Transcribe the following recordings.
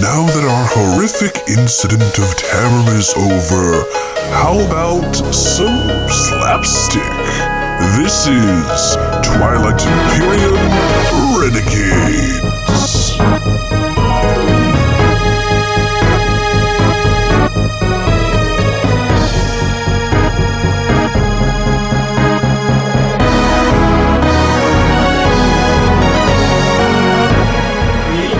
Now that our horrific incident of terror is over, how about some slapstick? This is Twilight Imperium Renegades.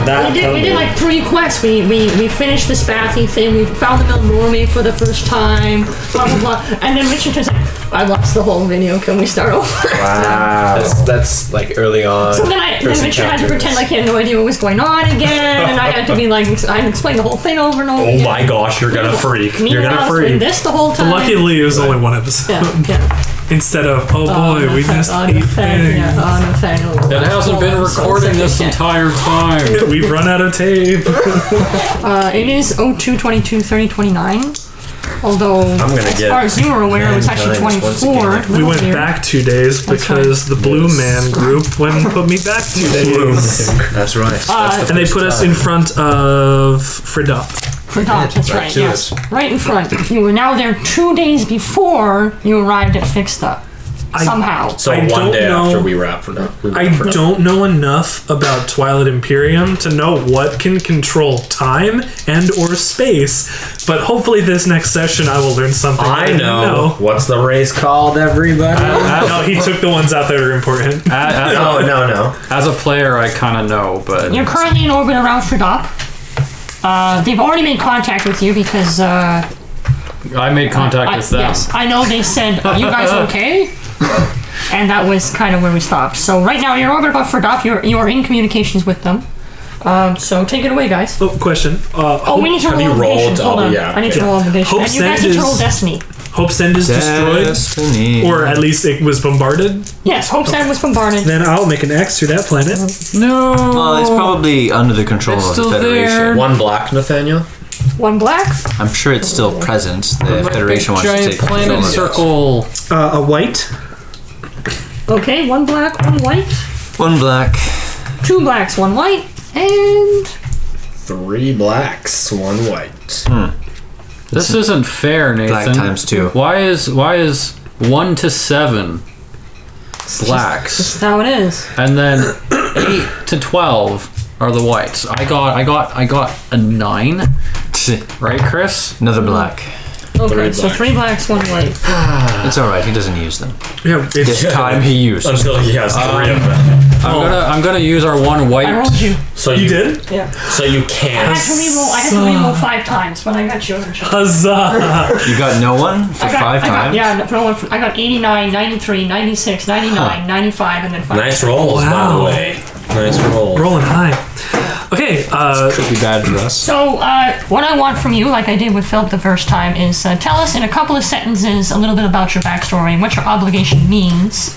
That We did, we totally- did like three quests. We, we, we finished the Spathy thing. We found the Melmorme for the first time. Blah blah blah. And then Richard was like, "I lost the whole video. Can we start over?" Wow. That's, that's like early on. So then I then first Richard had to encounters. pretend like he had no idea what was going on again, and I had to be like, I had to explain the whole thing over and over. Oh again. my gosh, you're gonna freak. Me You're and gonna I was doing freak. this the whole time. Luckily, it was only one episode. Yeah, yeah. Instead of, oh boy, we missed on eight the thing, things. yeah, on the thing. It hasn't been recording this entire time. We've run out of tape. Uh, it is 0222 3029. Although, I'm gonna as get far as you were aware, it was actually nine times once 24. again. we Little went weird. back two days That's right. because the Blue Man group went and put me back two days. That's right. Uh, that's the And they first put us time. in front of Fridop. For Doc, that's Right right, to yes. us. Right in front. You were now there two days before you arrived at Fixed Up. Somehow. So I one don't day know- after we wrap from up, we I wrap from- don't know enough about Twilight Imperium to know what can control time and or space, but hopefully this next session I will learn something. I didn't know. What's the race called, everybody? no, he took the ones out that are important. As, no, no, no. as a player, I kind of know, but You're currently in orbit around Fridop. Uh, they've already made contact with you because uh, I made contact I, with them. yes, I know they said, "Are you guys okay?" and that was kind of where we stopped. So right now you're orbit above Fridop. You're you are in communications with them. Um, so take it away, guys. Oh, question. Uh, Oh, Hope, we need to have roll you rolled? obligations. Hold Oh, on, yeah, I need to okay. roll obligations. Hope and you guys Send need to roll is- destiny. Hope Send is destroyed, Destiny. or at least it was bombarded. Yes, Hope Sand was bombarded. Then I'll make an X to that planet. no. Well, it's probably under the control It's of the still Federation. there. One block, Nathaniel. One black. I'm sure it's still present. The Federation wants to giant take control planet of it. circle. Uh, a white. Okay, one black, one white, One black. two blacks, one white, and Three blacks, one white. This isn't fair, Nathan. Black times two. Why is why is one to seven blacks, that's how it is. and then eight to twelve are the whites? I got I got I got a nine, right, Chris? Another black. Okay, Three so blacks. three blacks, one white. It's alright. He doesn't use them. Yeah, This it's, time he used. Until he has three of them. I'm gonna I'm gonna use our one white. I rolled you. So you did. Yeah. So you I can. had to re-roll. I had to re-roll five times, but I got you. I got, Huzzah! You got no one for I got, five times. yeah, no, for one, I got 89, 93, 96, 99, 95, and then five. Nice rolls, by Wow. the way. Nice rolls. Rolling high. Okay. Uh, Could be bad for us. So, uh, what I want from you, like I did with Philip the first time, is uh, tell us in a couple of sentences a little bit about your backstory and what your obligation means.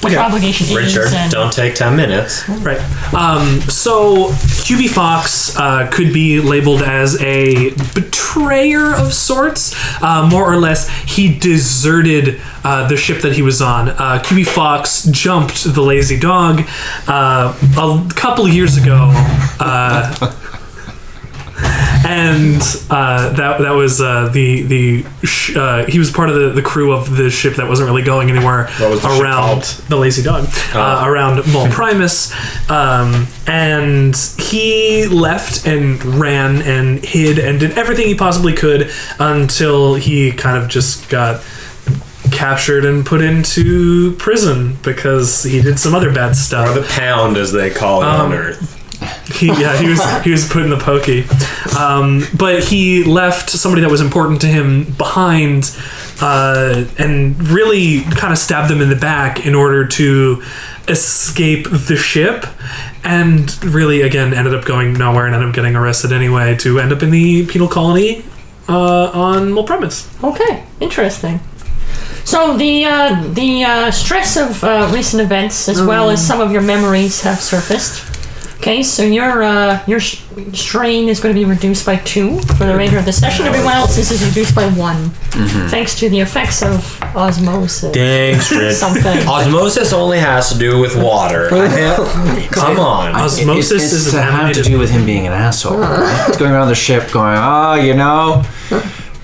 What your Okay. obligation Richard, is. And, don't take ten minutes. Right. Um, so QB Fox uh, could be labeled as a betrayer of sorts. Uh, more or less, he deserted uh, the ship that he was on. Uh, QB Fox jumped the Lazy Dog uh, a couple years ago. Uh, and uh, that that was uh, the the sh- uh, he was part of the, the crew of the ship that wasn't really going anywhere was the ship around called? Oh. the Lazy Dog uh, around Mol Primus, um, and he left and ran and hid and did everything he possibly could until he kind of just got captured and put into prison because he did some other bad stuff. Or the pound, as they call it on Earth. He, yeah, he was he was put in the pokey, um, but he left somebody that was important to him behind, uh, and really kind of stabbed them in the back in order to escape the ship, and really again ended up going nowhere and ended up getting arrested anyway to end up in the penal colony uh, on Mulpremis. Okay, interesting. So the uh, the uh, stress of uh, recent events, as well as some of your memories, have surfaced. Okay, so your uh, your sh- strain is going to be reduced by two for the remainder of the session. Everyone else's is reduced by one, Mm-hmm. thanks to the effects of osmosis. Thanks, Rich. Something. Osmosis only has to do with water. Come on. Osmosis it's, it's is to an have to animated- do with him being an asshole. right? He's going around the ship going, oh, you know,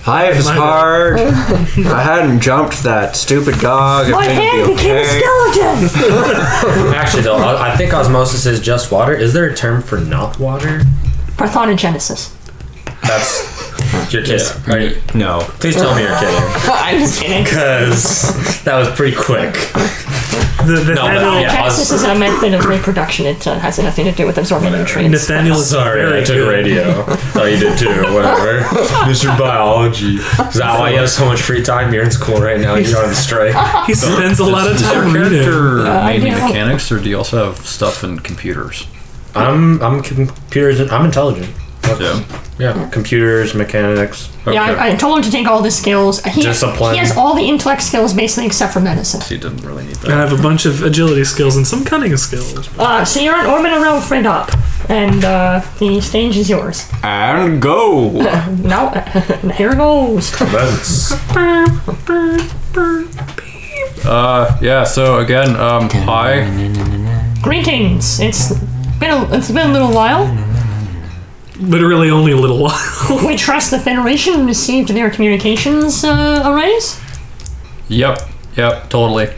life is Might have- hard. if I hadn't jumped that stupid dog, My hand everything would be became a okay. skeleton. Actually, though, I I think osmosis is just water. Is there a term for not water? Parthenogenesis. That's your kidding, right? No. Please tell me you're kidding, I'm just kidding. because that was pretty quick. The, the No, Nathaniel, but yeah. Genesis is a method of reproduction. It uh, has nothing to do with absorbing nutrients. Nathaniel is Sorry, very I took good. radio. Oh, you did too. Whatever. Mr. Biology. Is that why you have so much free time? You're in school right now. You're on strike. He spends a lot of Does your time reading. character mainly Uh, I don't- mechanics, or do you also have stuff in computers? I'm I'm computers. I'm intelligent. Yeah. Yeah, computers, mechanics. Yeah, I, I told him to take all the skills. He, Discipline. He has all the intellect skills basically, except for medicine. So you didn't really need I that. have a bunch of agility skills and some cunning skills. Uh, so you're on orbit around friend up, and uh, the stage is yours. And go. Now, here goes. That's Uh, yeah. So again, um, hi. Greetings. It's been a, it's been a little while. Literally only a little while. We trust the Federation received their communications uh, arrays. Yep. Yep. Totally.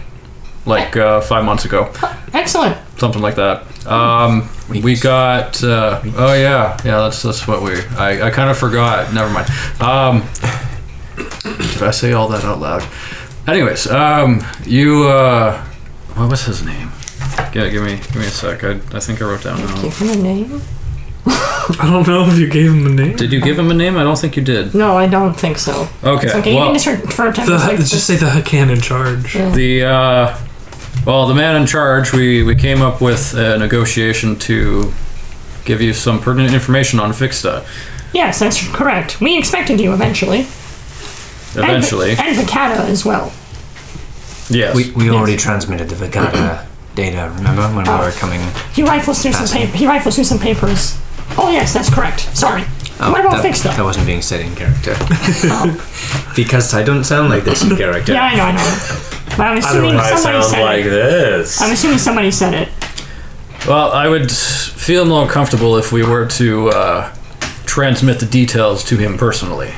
Like uh, five months ago, Excellent. something like that. Um, we got. Uh, oh yeah, yeah. That's that's what we. I, I kind of forgot. Never mind. Um, did I say all that out loud? Anyways, um, you. Uh, what was his name? Yeah, give me give me a sec. I, I think I wrote down. Give him a name. I don't know if you gave him a name. Did you give him a name? I don't think you did. No, I don't think so. Okay. It's okay. well, you can just refer to him The, as like, just say the Hakan in charge. the uh, well, the man in charge. We we came up with a negotiation to give you some pertinent information on Fixta. Yes, that's correct. We expected you eventually. And- Eventually, And Vicata as well. yes. We, we already transmitted the Vagata data, remember, when we were coming. He rifles through some Fascinating. paper. He rifles through some papers. Oh yes, that's correct. Sorry. what about Oh, that, fixed That up? wasn't being said in character. because I don't sound like this in character. Yeah, I know, I know. But I'm assuming I somebody sound said like it. this. I'm assuming somebody said it. well, I would feel more comfortable if we were to uh, transmit the details to him personally.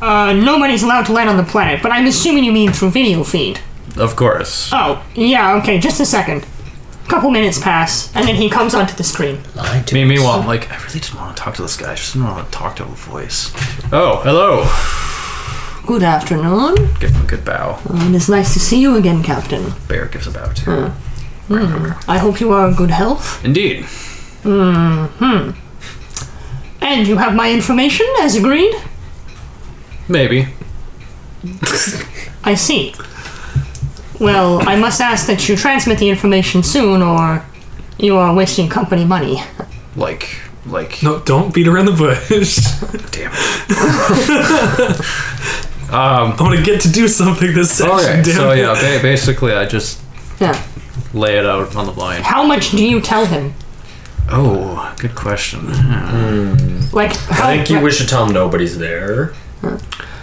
Uh, nobody's allowed to land on the planet, but I'm assuming you mean through video feed. Of course. Oh, yeah, okay, just a second. Couple minutes pass, and then he comes onto the screen. Me, meanwhile, I'm like, I really didn't want to talk to this guy. I just didn't want to talk to a voice. Oh, hello. Good afternoon, Give him a good bow. and it's nice to see you again, Captain. Bear gives a bow too. I hope you are in good health. Indeed. And you have my information, as agreed? Maybe. I see. Well, I must ask that you transmit the information soon, or you are wasting company money. Like, like. No, don't beat around the bush. Damn. Um, I'm gonna get to do something this session. Okay, damn so it. yeah, ba- basically I just Yeah. lay it out on the blind. How much do you tell him? Oh, good question. Like, how, I think you, we should tell them nobody's there. Uh,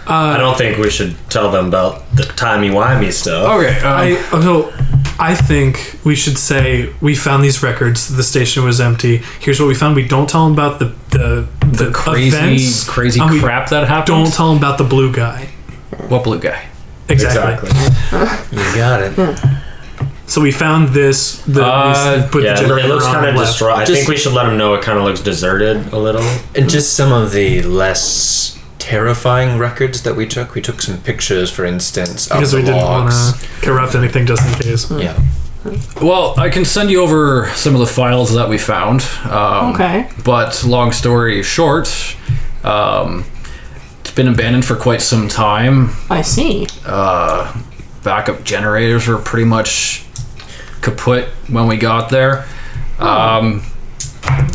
I don't think we should tell them about the timey wimey stuff. Okay, uh, I uh, so I think we should say we found these records. The station was empty. Here's what we found. We don't tell them about the the, the, crazy, events, crazy and we crap that happened. Don't tell them about the blue guy. What blue guy? Oh, Exactly. You got it. Hmm. So we found this. The, Uh, we put Yeah, the it, generator looks on kind of and left. distraught. I Just- think we should let them know it kind of looks deserted a little. And just some of the less terrifying records that we took. We took some pictures, for instance, of because the we didn't want logs. to corrupt anything just in case. Hmm. Yeah. Well, I can send you over some of the files that we found. Um, Okay. But long story short, um, it's been abandoned for quite some time. I see. backup generators were pretty much kaput when we got there. Um,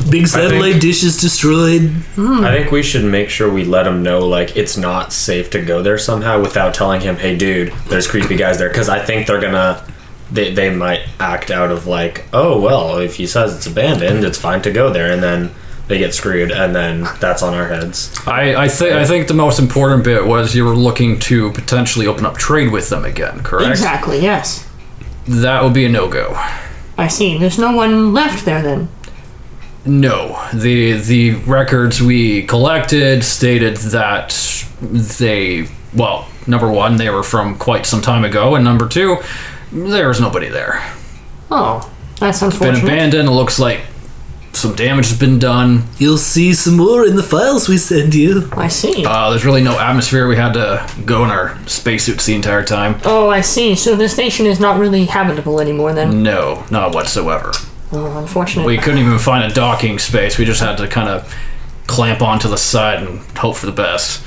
Big satellite dishes destroyed. I think we should make sure we let him know like it's not safe to go there somehow without telling him, "Hey, dude, there's creepy guys there." Because I think they're gonna they, they might act out of like, oh well, if he says it's abandoned, it's fine to go there, and then they get screwed, and then that's on our heads. I, I think I think the most important bit was you were looking to potentially open up trade with them again, correct? Exactly, yes. That would be a no go. I see. There's no one left there then. No, the the records we collected stated that they well, number one, they were from quite some time ago, and number two, there was nobody there. Oh, that's Been unfortunate. abandoned. It looks like some damage has been done. You'll see some more in the files we send you. I see. Uh, there's really no atmosphere. We had to go in our spacesuits the entire time. oh, I see. So the station is not really habitable anymore then. No, not whatsoever. Oh, unfortunate. Mm. We couldn't even find a docking space. We just had to kind of clamp onto the side and hope for the best.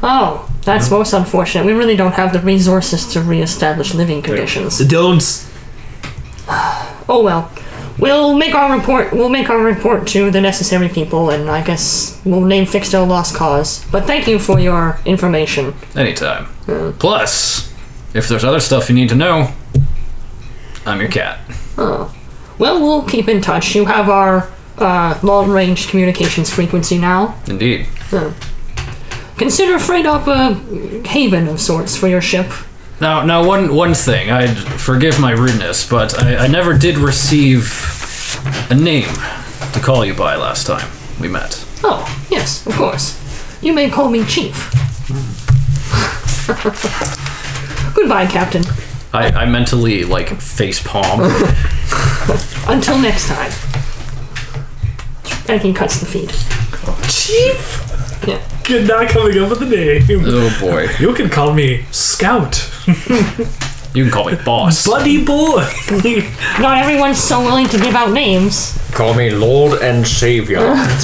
Oh, that's most unfortunate. We really don't have the resources to reestablish living conditions. Don't. Oh well. We'll make our report. We'll make our report to the necessary people, and I guess we'll name fix their lost cause. But thank you for your information. Anytime. Plus, if there's other stuff you need to know, I'm your cat. Well, we'll keep in touch. You have our uh, long-range communications frequency now. Indeed. Consider freight up a haven of sorts for your ship. Now, now one one thing. I forgive my rudeness, but I, I never did receive a name to call you by last time we met. Oh, yes, of course. You may call me Chief. Goodbye, Captain. I, I mentally like face palm. Until next time. And he cuts the feed. Good, not coming up with a name. oh boy. You can call me Scout, You can call me boss. Buddy Boy. Not everyone's so willing to give out names. Call me Lord and Savior.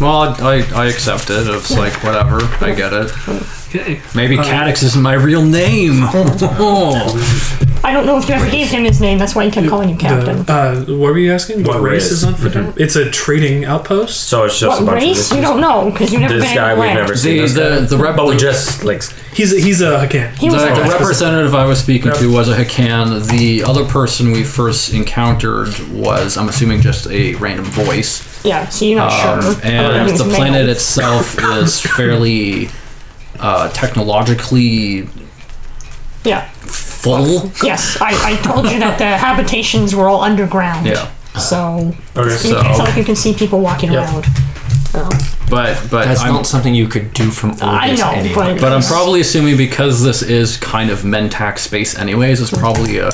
Well, I, I accept it. It's like, whatever. I get it. Okay. Maybe Cadix isn't my real name. Oh. I don't know if you ever gave him his name, that's why he kept calling you Captain. The, uh, what were you asking? What, What race race? is on Fidel? It's a trading outpost. So it's just a what bunch race? of You this, don't know, because you've never this been guy in we've Atlantis. never The, seen. this guy. the, the, rep- but we the, Oh, just like He's a, he's a Hakan. He was the a- representative I was speaking to was a Hakan. The other person we first encountered was, I'm assuming, just a random voice. Yeah, so you're not Um, sure. and He was the male. planet itself is fairly uh, technologically Yeah. full. Yes, I, I told you that the habitations were all underground. Yeah. So, okay, you- it's not like you can see people walking around. Um, But but That's I'm not something you could do from I Ah, Orbis know, anyway. but, But I'm probably assuming because this is kind of Mentac space, anyways, it's probably a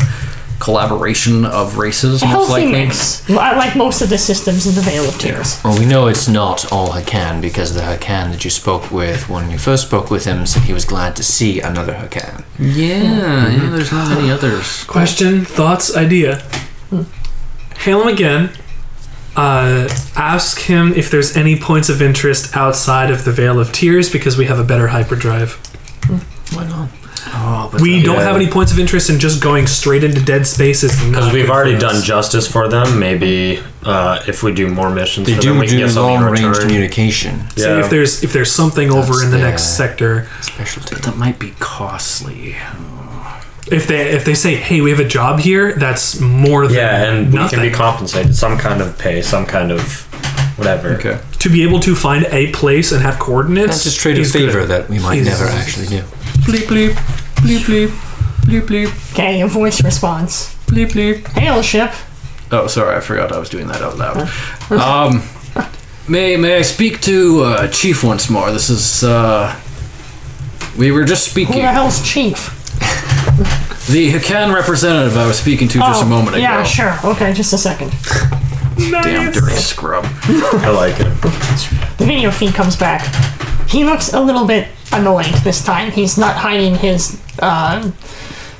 collaboration of races, most healthy likely. mix, li- like most of the systems in the Vale of Tears. Well, we know it's not all Hakan because the Hakan that you spoke with when you first spoke with him said he was glad to see another Hakan. Yeah, yeah, there's not many others. Question, thoughts, idea. Hmm. Hail him again. Uh, ask him if there's any points of interest outside of the Vale of Tears because we have a better hyperdrive. Hmm, Why not? Oh, We don't have any points of interest in just going straight into dead spaces because we've already done justice for them. Maybe uh, if we do more missions, They for them, do we can do get something long in range return. communication So Yeah. if there's if there's something over That's in the the- next uh, sector, specialty. That might be costly. if they if they say, "Hey, we have a job here," that's more than Yeah, and nothing. we can be compensated some kind of pay, some kind of whatever. Okay. to be able to find a place and have coordinates. That's just trade a is favor good. that we might He's- never actually do. Bleep bleep, bleep bleep, bleep bleep, Okay, a voice response. bleep bleep. Hail, ship. Oh, sorry, I forgot I was doing that out loud. Um, may may I speak to uh, Chief once more? This is uh, we were just Who the speaking. hell's Chief? The Hakan representative I was speaking to just a moment ago. Oh, Yeah, sure. Okay, just a second. Damn dirty scrub. I like it. The video feed comes back. He looks a little bit annoyed this time. He's not hiding his. Uh,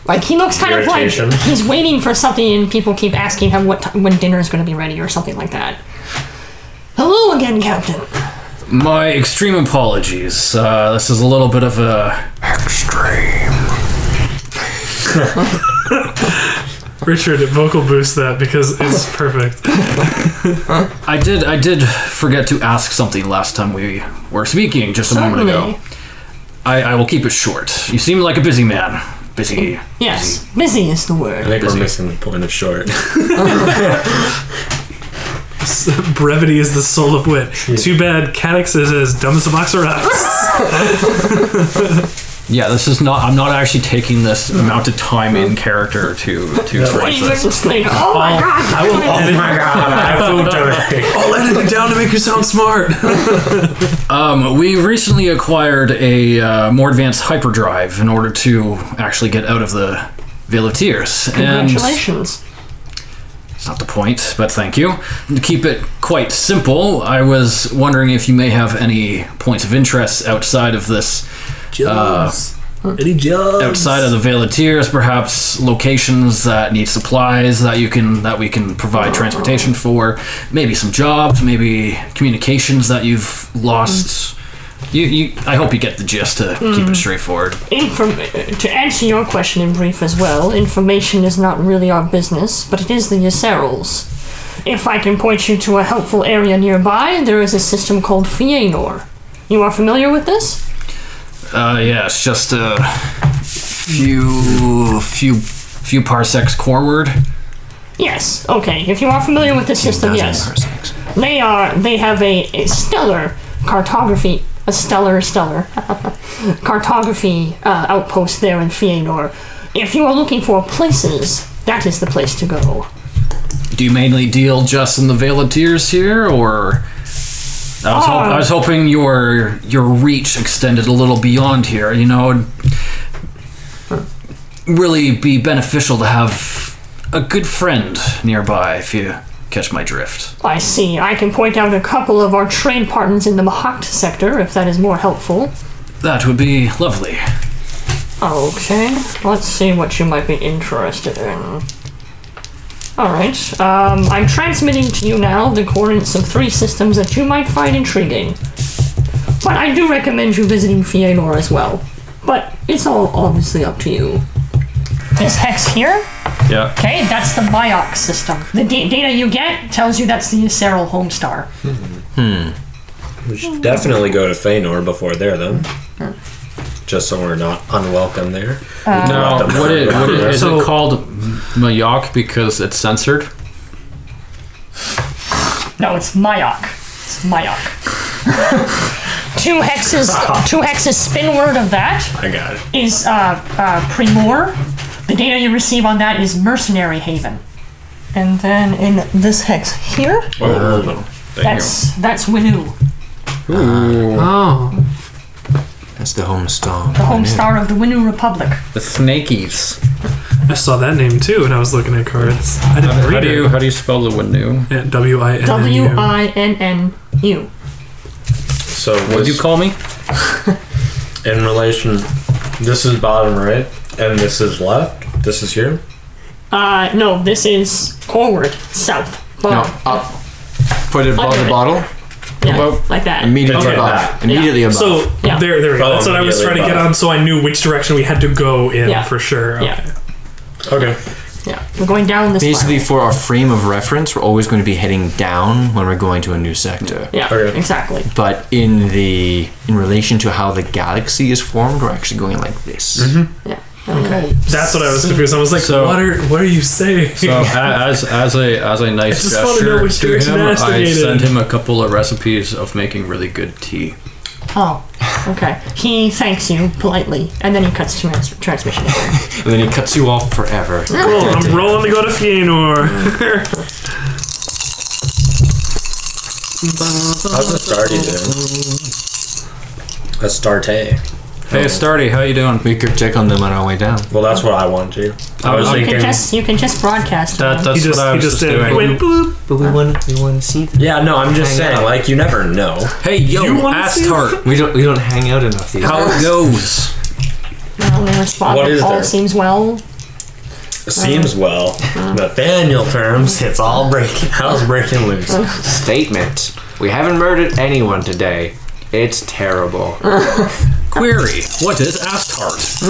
like he looks kind Irritation. of like he's waiting for something, and people keep asking him what t- when dinner is going to be ready or something like that. Hello again, Captain. My extreme apologies. Uh, this is a little bit of a. Richard, vocal boost that because it's perfect. I did I did forget to ask something last time we were speaking just a moment ago. I, I will keep it short. You seem like a busy man. busy. Yes, busy is the I word. think we're missing the point of short. Brevity is the soul of wit. Too bad Cadix is as dumb as a box of rocks. Yeah, this is not. I'm not actually taking this amount of time in character to to Please flesh this. explain. Oh my god! I will edit, god, I will donate. I'll edit it down to make you sound smart. Um, we recently acquired a uh, more advanced hyperdrive in order to actually get out of the Veil of Tears. And Congratulations. It's not the point, but thank you. To keep it quite simple, I was wondering if you may have any points of interest outside of this, uh, Jobs. Any jobs? outside of the Veil of Tears, perhaps locations that need supplies that you can that we can provide transportation for, maybe some jobs, maybe communications that you've lost. You, you, I hope you get the gist to keep it straightforward. Inform- to answer your question in brief as well, information is not really our business, but it is the Yserals. If I can point you to a helpful area nearby, there is a system called Fianor. You are familiar with this? Uh, yeah, it's just a few, few, few parsecs coreward. Yes. Okay. If you are familiar with the system, yes. They are. They have a, a stellar cartography, a stellar, stellar cartography uh, outpost there in Fëanor. If you are looking for places, that is the place to go. Do you mainly deal just in the Veil of Tears here, or I was, hop- I was hoping your your reach extended a little beyond here. You know, it'd really be beneficial to have a good friend nearby if you catch my drift. I see. I can point out a couple of our trade partners in the Mahact sector, if that is more helpful. That would be lovely. Okay. Let's see what you might be interested in. Alright, um, I'm transmitting to you now the coordinates of three systems that you might find intriguing. But I do recommend you visiting Fëanor as well. But it's all obviously up to you. This hex here? Yeah. Okay, that's the Biox system. The da- data you get tells you that's the Aceral Homestar. We should definitely go to Feynor before there, though. Just so we're not unwelcome there. Now, what it, what it, is So- it called Mayok because it's censored? No, it's Mayok. It's Mayok. two hexes. Two hexes. Spin word of that I got it. is uh, uh, Primor. The data you receive on that is Mercenary Haven. And then in this hex here, Whoa, whoa, whoa. that's that's Winu, Oh, That's the home star. the home star of the Winu Republic. The Snakies. I saw that name too when I was looking at cards. I didn't read How do you it. how do you spell the Winu? Yeah, W I N N U. W i n n u. So What would do you call me? in relation? This is bottom right, and this is left. This is here. Uh, no, this is forward, south, No, bottom, up. Put it above Under the it. bottle. yeah, well, like that. Immediately Okay. above. Immediately above. So Yeah. there, there we go. That's what I was trying to get on, so I knew which direction we had to go in Yeah. for sure. Yeah. Okay. Okay. yeah, we're going down this. Basically, spiral. for our frame of reference, we're always going to be heading down when we're going to a new sector. yeah, okay. exactly. But in the in relation to how the galaxy is formed, we're actually going like this. Mm-hmm. Yeah. Okay. That's what I was confused. I was like, So- what are what are you saying? So a- as as a as a nice I just wanna know gesture which to direction him, I I estimated. sent him a couple of recipes of making really good tea. Oh, okay. He thanks you politely, and then he cuts to trans- transmission. again. And then it cuts you off forever. Roll. I'm rolling to go to Fëanor. How's Astarte doing? Astarte. Hey Stardy, how you doing? We could check on them on our way down. Well, that's what I want to. I was Um, You can thinking. just you can just broadcast. to That, him. that's He just what I he was just just, did. doing. Went boop. But we want we want to see them. Yeah, no, I'm just saying. Like, you never know. Hey yo, You wanna see Astart, We don't we don't hang out enough these how it goes? Well, they respond. What is all there? seems well. Seems Uh-huh. well. Nathaniel terms, it's all breaking. How's breaking loose? statement. We haven't murdered anyone today. It's terrible. Query: What is Astart?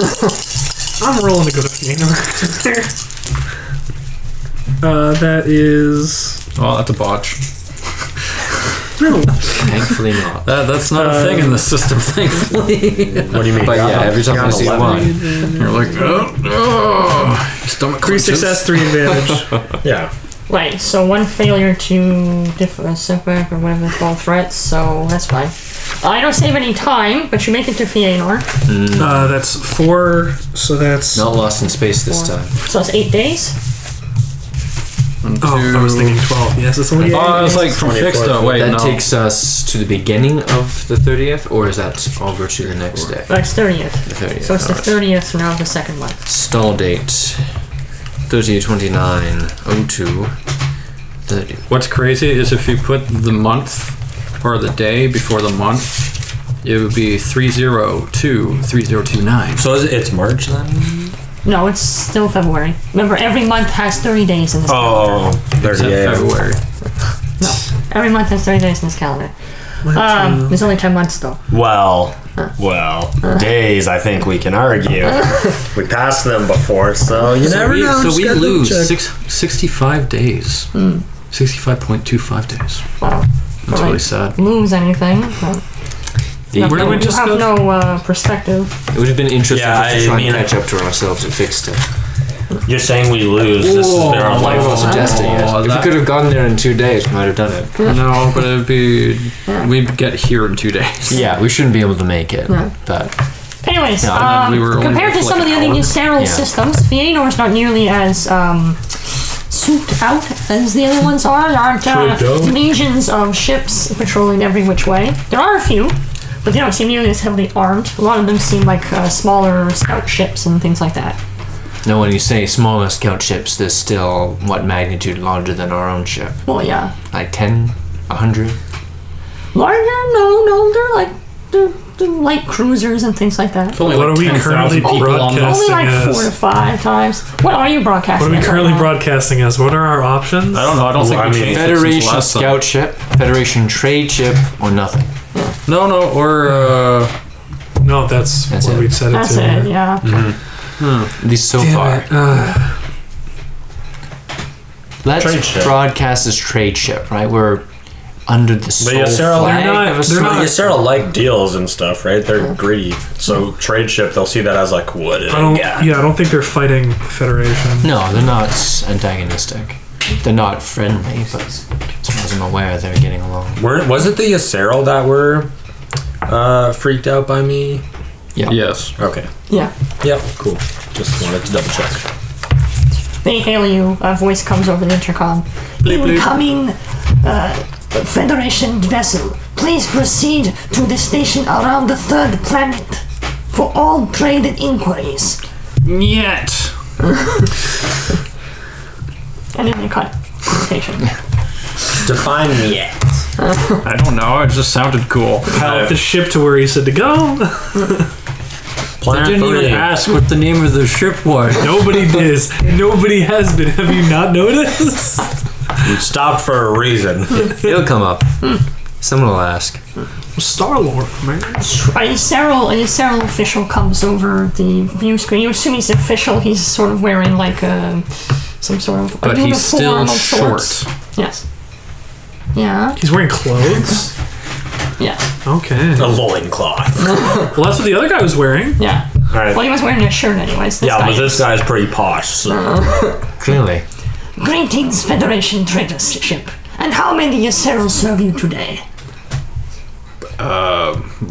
I'm rolling to go to Fëanor. uh, that is Oh, that's a botch. No. Thankfully not. That, that's not a thing in the system, thankfully. What do you mean? But Got yeah, a- every time got I an see 11. one, You're like, oh, oh. your Stomach Three clenches. success, three advantage. Yeah. Right, so one failure to diff- uh, setback or whatever they call threats, so that's fine. I don't save any time, but you make it to Fëanor, Uh, that's four, so that's. not lost in space this time. so it's eight days. Oh, I was thinking 12. Yes, it's only eight. Oh, I was like from fixed though. Wait, That no. takes us to the beginning of the 30th, or is that over to the next day? That's The 30th. 30th. So it's the alright. 30th, now the second one. Stall date 3029 02 30. What's crazy is if you put the month or the day before the month, it would be 302 3029. So is it, it's March then? No, it's still February. Remember, every month has 30 days in this Oh, Except 38. February. calendar. Every month has 30 days in this calendar. Um, there's only 10 months though. Well, well, days. I think we can argue. We passed them before, so you So never we, know. so just we gotta lose check. Hmm. six, 65 days. 65.25 days. Wow. That's really sad. Lose anything. but- The- Nothing. Where did we you just have go? no uh, perspective. It would have been interesting Yeah, just to I try mean- and catch up to ourselves at fixed it. You're saying we lose. This is their Whoa. Life life. wasn't destined yet. Oh, If that- we could have gone there in two days, we might have done it. No, but it'd be we'd get here in two days. Yeah, we shouldn't be able to make it. Yeah. But Anyways, Yeah, I um, mean, we were only compared to for, some of like, the an other hour. Euceral Yeah. systems, Fëanor is not nearly as um, souped out as the other ones are. There aren't uh, legions of ships patrolling every which way. There are a few, but they don't seem nearly as heavily armed. A lot of them seem like uh, smaller scout ships and things like that. no, when you say smaller scout ships, they're still what magnitude larger than our own ship? Well, yeah. Like 10, 100? Larger? No, no, they're like they're, they're light cruisers and things like that. only What are we currently people on the- broadcasting Only like four to as? five times. What are you broadcasting? What are we as right currently now? broadcasting as? What are our options? I don't know. I don't think I we mean- changed it since Federation last time. scout ship, Federation trade ship, or nothing. No, no, or uh, No, that's, That's what it. we've said it That's to. Uh, it. Yeah. At least so far. Let's Trade ship. broadcast this trade ship, right? We're under the sole yes, they're all- flag they're not- of a they're sort. not- You sort of like deals and stuff, right? They're greedy. So trade ship, they'll see that as like, what did I don't, I yeah. get? I don't think they're fighting Federation. No, they're not antagonistic. They're not friendly, but as far as I'm aware, they're getting along. Were, was it the Yasserl that were uh, freaked out by me? yes, Okay. Yeah. Yep. Cool. Just wanted to double check. They hail you. A voice comes over the intercom. Incoming uh, Federation vessel. Please proceed to the station around the third planet for all trade and inquiries. yet. And then they cut. Station. Define me. I don't know. It just sounded cool. Pilot the ship to where he said to go. I Planet didn't even Booty. ask what the name of the ship was. Nobody is. Nobody has been. Have you not noticed? Stopped for a reason. It'll come up. Someone will ask. Star Lord, man. A Cyril, a Cyril official comes over the view screen. You assume he's official. He's sort of wearing like a some sort of a But he's still uniform of sorts. short. Yes. Yeah. He's wearing clothes. Yes. Okay. A loincloth. Well, that's what the other guy was wearing. Yeah. Alright. Well, he was wearing a shirt, anyways. This yeah, guy but this guy's pretty posh, so. Clearly. Greetings, Federation traders ship. And how many Yasserl serve you today?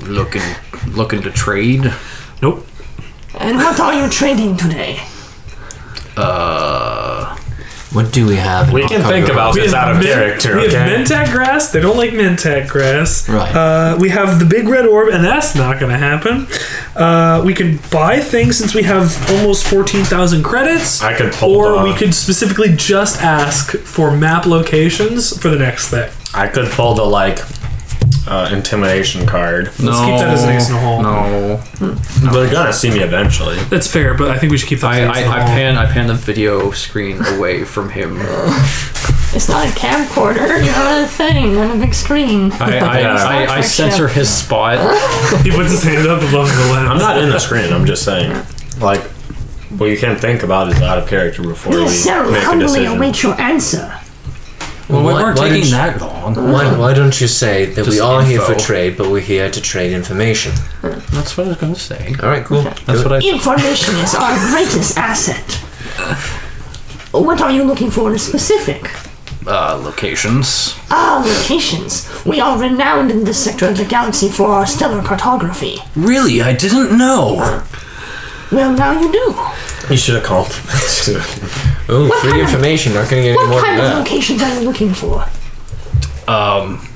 Looking, looking to trade. Nope. And what are you trading today? What do we have? in We our can cargo? think about this out of Min- character, we have okay? Mentat grass. They don't like Mentat grass. Right. Uh, we have the big red orb, and that's not going to happen. Uh, we can buy things since we have almost fourteen thousand credits. I could hold Or on. we could specifically just ask for map locations for the next thing. I could pull the, like, uh, intimidation card. No, keep that as an ace in the hole. No, They're gonna see me eventually. That's fair, but I think we should keep that. I, as an I, ace in the I hole. pan, I pan the video screen away from him. It's not a camcorder. You're on a thing on a big screen. I, I, I, I, censor his spot. He puts his hand up above the lens. I'm not in the screen, I'm just saying. Like, what you can think about is out of character before we Yasserl make a humbly decision. await your answer. Well, we Why- weren't why taking didn't you- that long. Why, why don't you say that we Just are here for info. trade, but we're here to trade information? That's what I was going to say. All right, cool. That's what I. Information is our greatest asset. What are you looking for in specific? Uh, locations. Ah, locations. We are renowned in this sector of the galaxy for our stellar cartography. Really, I didn't know. Well, now you do. You should have called. That's Ooh, What free kind of- information. Not going to get any more What than kind of that. locations are you looking for? Um,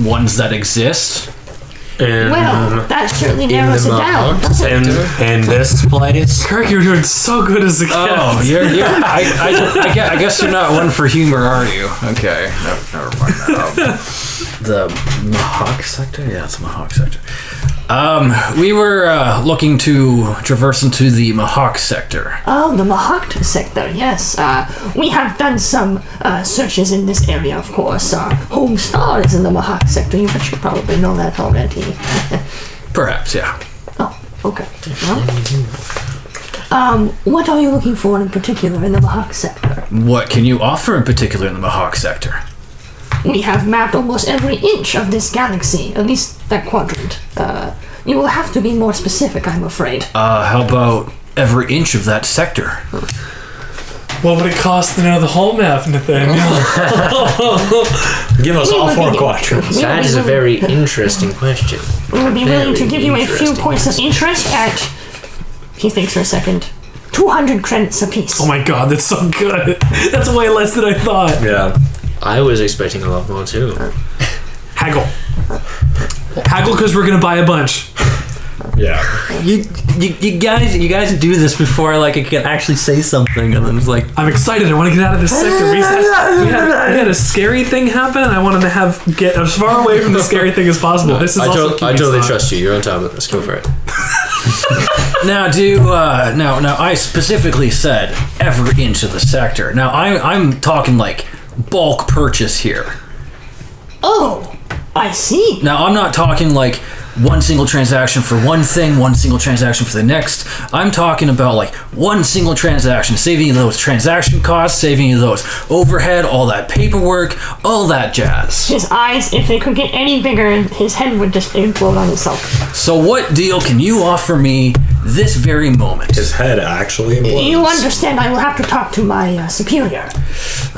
ones that exist. Well, that certainly narrows it the down, Mohawk doesn't it? And and this place. Kirk, you're doing so good as a Uh, cat. Oh, you're, you're I, I, I, guess, I guess you're not one for humor, are you? Okay, no, never mind that. Um, the Mohawk sector, yeah, it's the Mohawk sector. Um, we were uh, looking to traverse into the Mohawk sector. Oh, the Mahakt sector, yes. Uh, we have done some uh, searches in this area, of course. Uh, Home Star is in the Mahakt sector, you should probably know that already. Perhaps, yeah. oh, okay. Well, um, what are you looking for in particular in the Mahakt sector? What can you offer in particular in the Mohawk sector? We have mapped almost every inch of this galaxy, at least that quadrant. Uh, you will have to be more specific, I'm afraid. Uh, how about every inch of that sector? What would it cost to know the whole map, Nathaniel? Give us We all will four be- quadrants. we will That be is a willing- very interesting question. We would be willing to Very give you a few interesting. points of interest at. He thinks for a second. 200 credits apiece. oh my god, that's so good. That's way less than I thought. Yeah. I was expecting a lot more too. Haggle. Haggle because we're gonna buy a bunch. Yeah. You, you, you guys, you guys do this before like I can actually say something, and then it's like, I'm excited. I want to get out of this sector. We had, we had- we had a scary thing happen, and I wanted to have get as far away from the scary thing as possible. This is I, also to- I keeping totally us on. trust you. You're on top of this. Go for it. Now, do uh, now now I specifically said every inch of the sector. Now I, I'm talking like bulk purchase here. Oh, I see. Now I'm not talking like one single transaction for one thing, one single transaction for the next. I'm talking about like one single transaction, saving you those transaction costs, saving you those overhead, all that paperwork, all that jazz. His eyes, if they could get any bigger, his head would just implode on itself. So what deal can you offer me this very moment? His head actually implodes. You understand, I will have to talk to my uh, superior. I,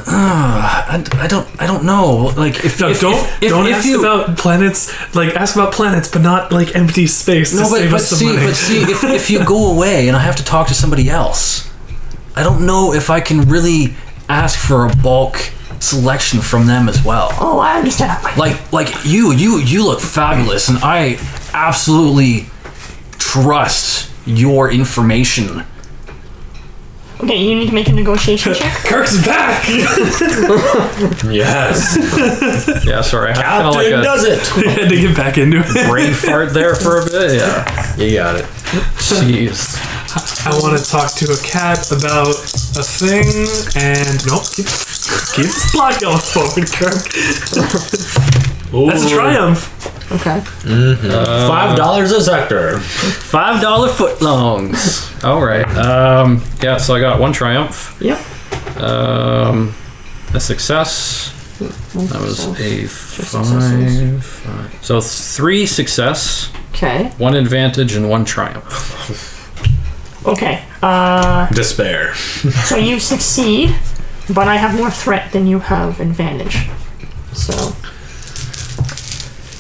Uh, I don't I don't know. Like if No, if, don't if, if, don't if ask you, about planets. Like ask about planets, but not like empty space to No, but, save but us some see, money. but see, if, if you go away and I have to talk to somebody else, I don't know if I can really ask for a bulk selection from them as well. Oh, I understand. Like, Like, like you, you, you look fabulous, and I absolutely trust your information. okay, you need to make a negotiation check. Kirk's back. Yes. Yeah, sorry, I Captain does it. We had to get back into it. brain fart there for a bit. Yeah, You got it. jeez. I want to talk to a cat about a thing, and nope. Keep, keep the plot going forward, Kirk. That's a triumph. Okay. Five dollars a sector. Five dollar footlongs. All right. Um. Yeah. So I got one triumph. Yep. Um, a success. That was a five. five. So three success, Okay. one advantage, and one triumph. Okay. Uh, Despair. so you succeed, but I have more threat than you have advantage. So.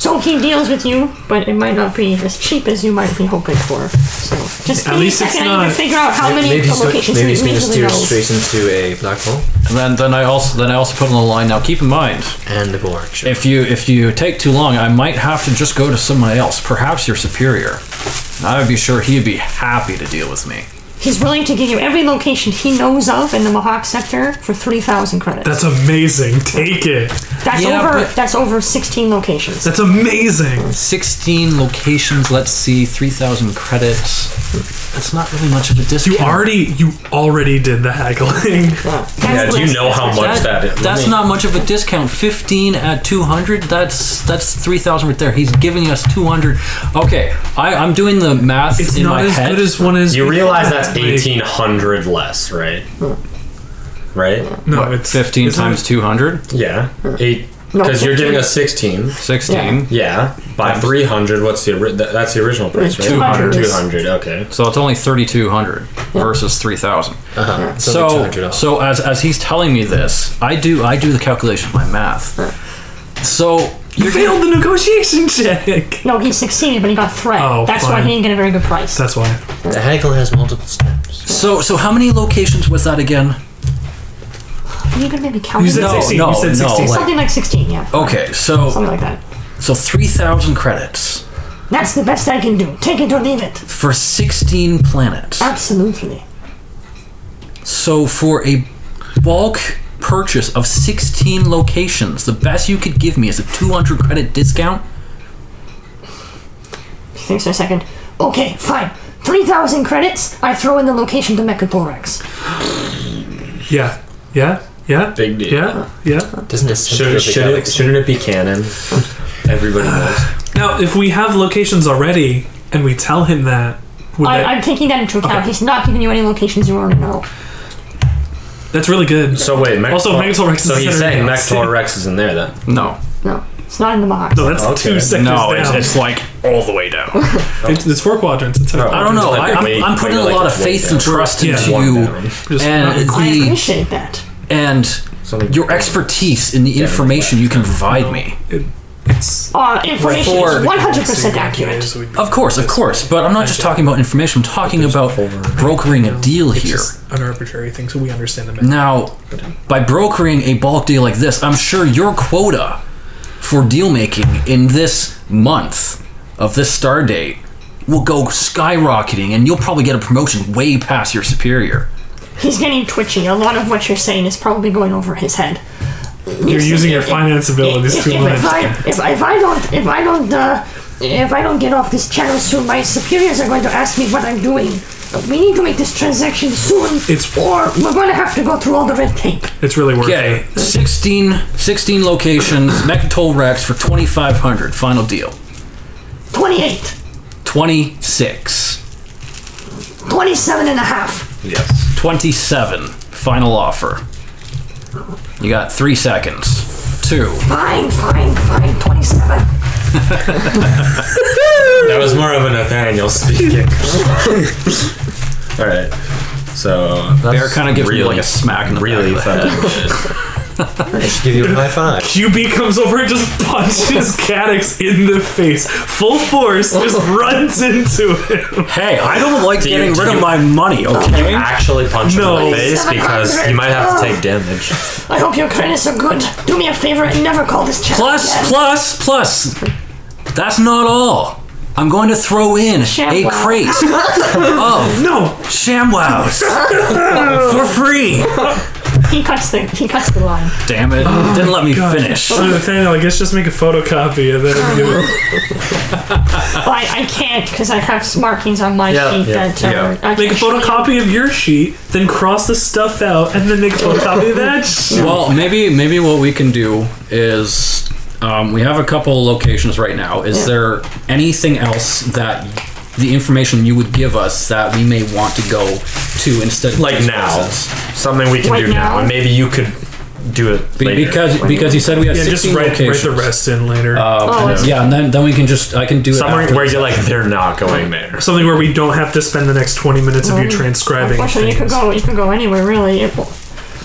So he deals with you, but it might not be as cheap as you might be hoping for. So just give me a least it's second. I need to not- figure out how many Maybe he's, maybe locations he's he going to usually steer us knows. straight into a black hole And then, then I also then I also put on the line. Now keep in mind, and a Borg ship. if you if you take too long, I might have to just go to someone else, perhaps your superior. And I would be sure he'd be happy to deal with me. He's willing to give you every location he knows of in the Mohawk sector for three thousand credits. That's amazing. Take it. That's Yeah, over. but- That's over sixteen locations. That's amazing. Sixteen locations. Let's see, three thousand credits. That's not really much of a You discount. already you already did the haggling. Yeah, do you know how much That- that is? that's not much of a discount. Fifteen at two hundred. That's that's three thousand right there. He's giving us two hundred. Okay, I, I'm doing the math It's in not my as head. good as one as You realize that's Like, eighteen hundred less, right? right? No, What, it's 15 it's times 200? Yeah. Eight. No, Because you're giving us 16. 16. Yeah. By 300, what's the ori- that- that's the original price, right? 200. 200, okay. So it's only 3,200 versus 3,000. Uh-huh. It's only So, $200 off. so as, as he's telling me this, I do I do the calculation with my math. So You failed the negotiation check. No, he succeeded, but he got threat. Oh, That's why fine. he didn't get a very good price. That's why. The haggle has multiple steps. so so how many locations was that again? You can maybe count You it. said No, 16, you no, said no, 16. like- Something like 16, yeah. Okay, so Something like that. so 3,000 credits That's the best I can do. Take it or leave it. for 16 planets. Absolutely. So for a bulk purchase of 16 locations, the best you could give me is a 200 credit discount. He thinks for a second. Okay, fine. 3,000 credits, I throw in the location to Mechatorax. Yeah. Yeah. Yeah. Big deal. Yeah. Yeah. Doesn't this Should, should it, shouldn't it be canon? Everybody knows. Now, if we have locations already and we tell him that, would I, that I'm taking that into account. Okay. He's not giving you any locations you already know. that's really good. So wait, Mech- Also, Megator Rex is So he's considered saying next. Mector Rex is in there then. No. No, it's not in the box. No, that's Okay. two sectors No, it's, down. it's like all the way down. I It's, it's four quadrants. It's No. don't know. I, I'm, Way- I'm putting way a like lot of it's way faith down. and trust Yeah. into One you down. Just- and I the appreciate that. and your expertise in the information you can provide me. Uh, information Four. is 100% accurate. Of course, of course, but I'm not just talking about information. I'm talking about brokering a deal here. an arbitrary thing, so we understand the method. Now, by brokering a bulk deal like this, I'm sure your quota for deal making in this month of this star date will go skyrocketing, and you'll probably get a promotion way past your superior. He's getting twitchy. A lot of what you're saying is probably going over his head. You're using your finance abilities If, too much. if, I, if, I- if I don't, if I don't, uh, if I don't get off this channel soon, my superiors are going to ask me what I'm doing. We need to make this transaction soon, It's- or we're going to have to go through all the red tape. It's really worth Okay, 16, 16 locations, Mechatol Rex for 2,500. Final deal. Twenty-eight, 26, twenty-seven and a half. 27. Final offer. You got three seconds. Two. Fine, fine, fine. Twenty-seven. That was more of a Nathaniel speaking. All right. So Bear kind of gives me like a smack in the really back of the head. fucking good. I should give you a high five. QB comes over and just punches Cadix in the face, full force, just runs into him. Hey, I don't like getting do rid you- of my money, You okay? actually punch him No. in the face because you might have to take damage. I hope your credits are good. Do me a favor and never call this channel Plus, again. plus, plus. That's not all. I'm going to throw in a Shamwow. crate of No, ShamWows for free. He cuts the he cuts the line. Damn it. Didn't let me finish. Oh, Nathaniel, I guess just make a photocopy and then do it. Well, I, I can't because I have markings on my sheet that uh, I Make a can show you. photocopy of your sheet, then cross the stuff out, and then make a photocopy of that sheet. Well, maybe maybe what we can do is um, we have a couple locations right now. Is there anything else that the information you would give us that we may want to go to instead of Like now, something we can Right do now, now? and maybe you could do it Be- later. because because you said we have Yeah, just 16 write, write locations. the rest in later. Oh, it's- Yeah, and then, then we can just I can do it. somewhere after. where you're like they're not going there. Something where we don't have to spend the next 20 minutes of you transcribing. Unfortunately, you could things. go. You could go anywhere, really. It, will-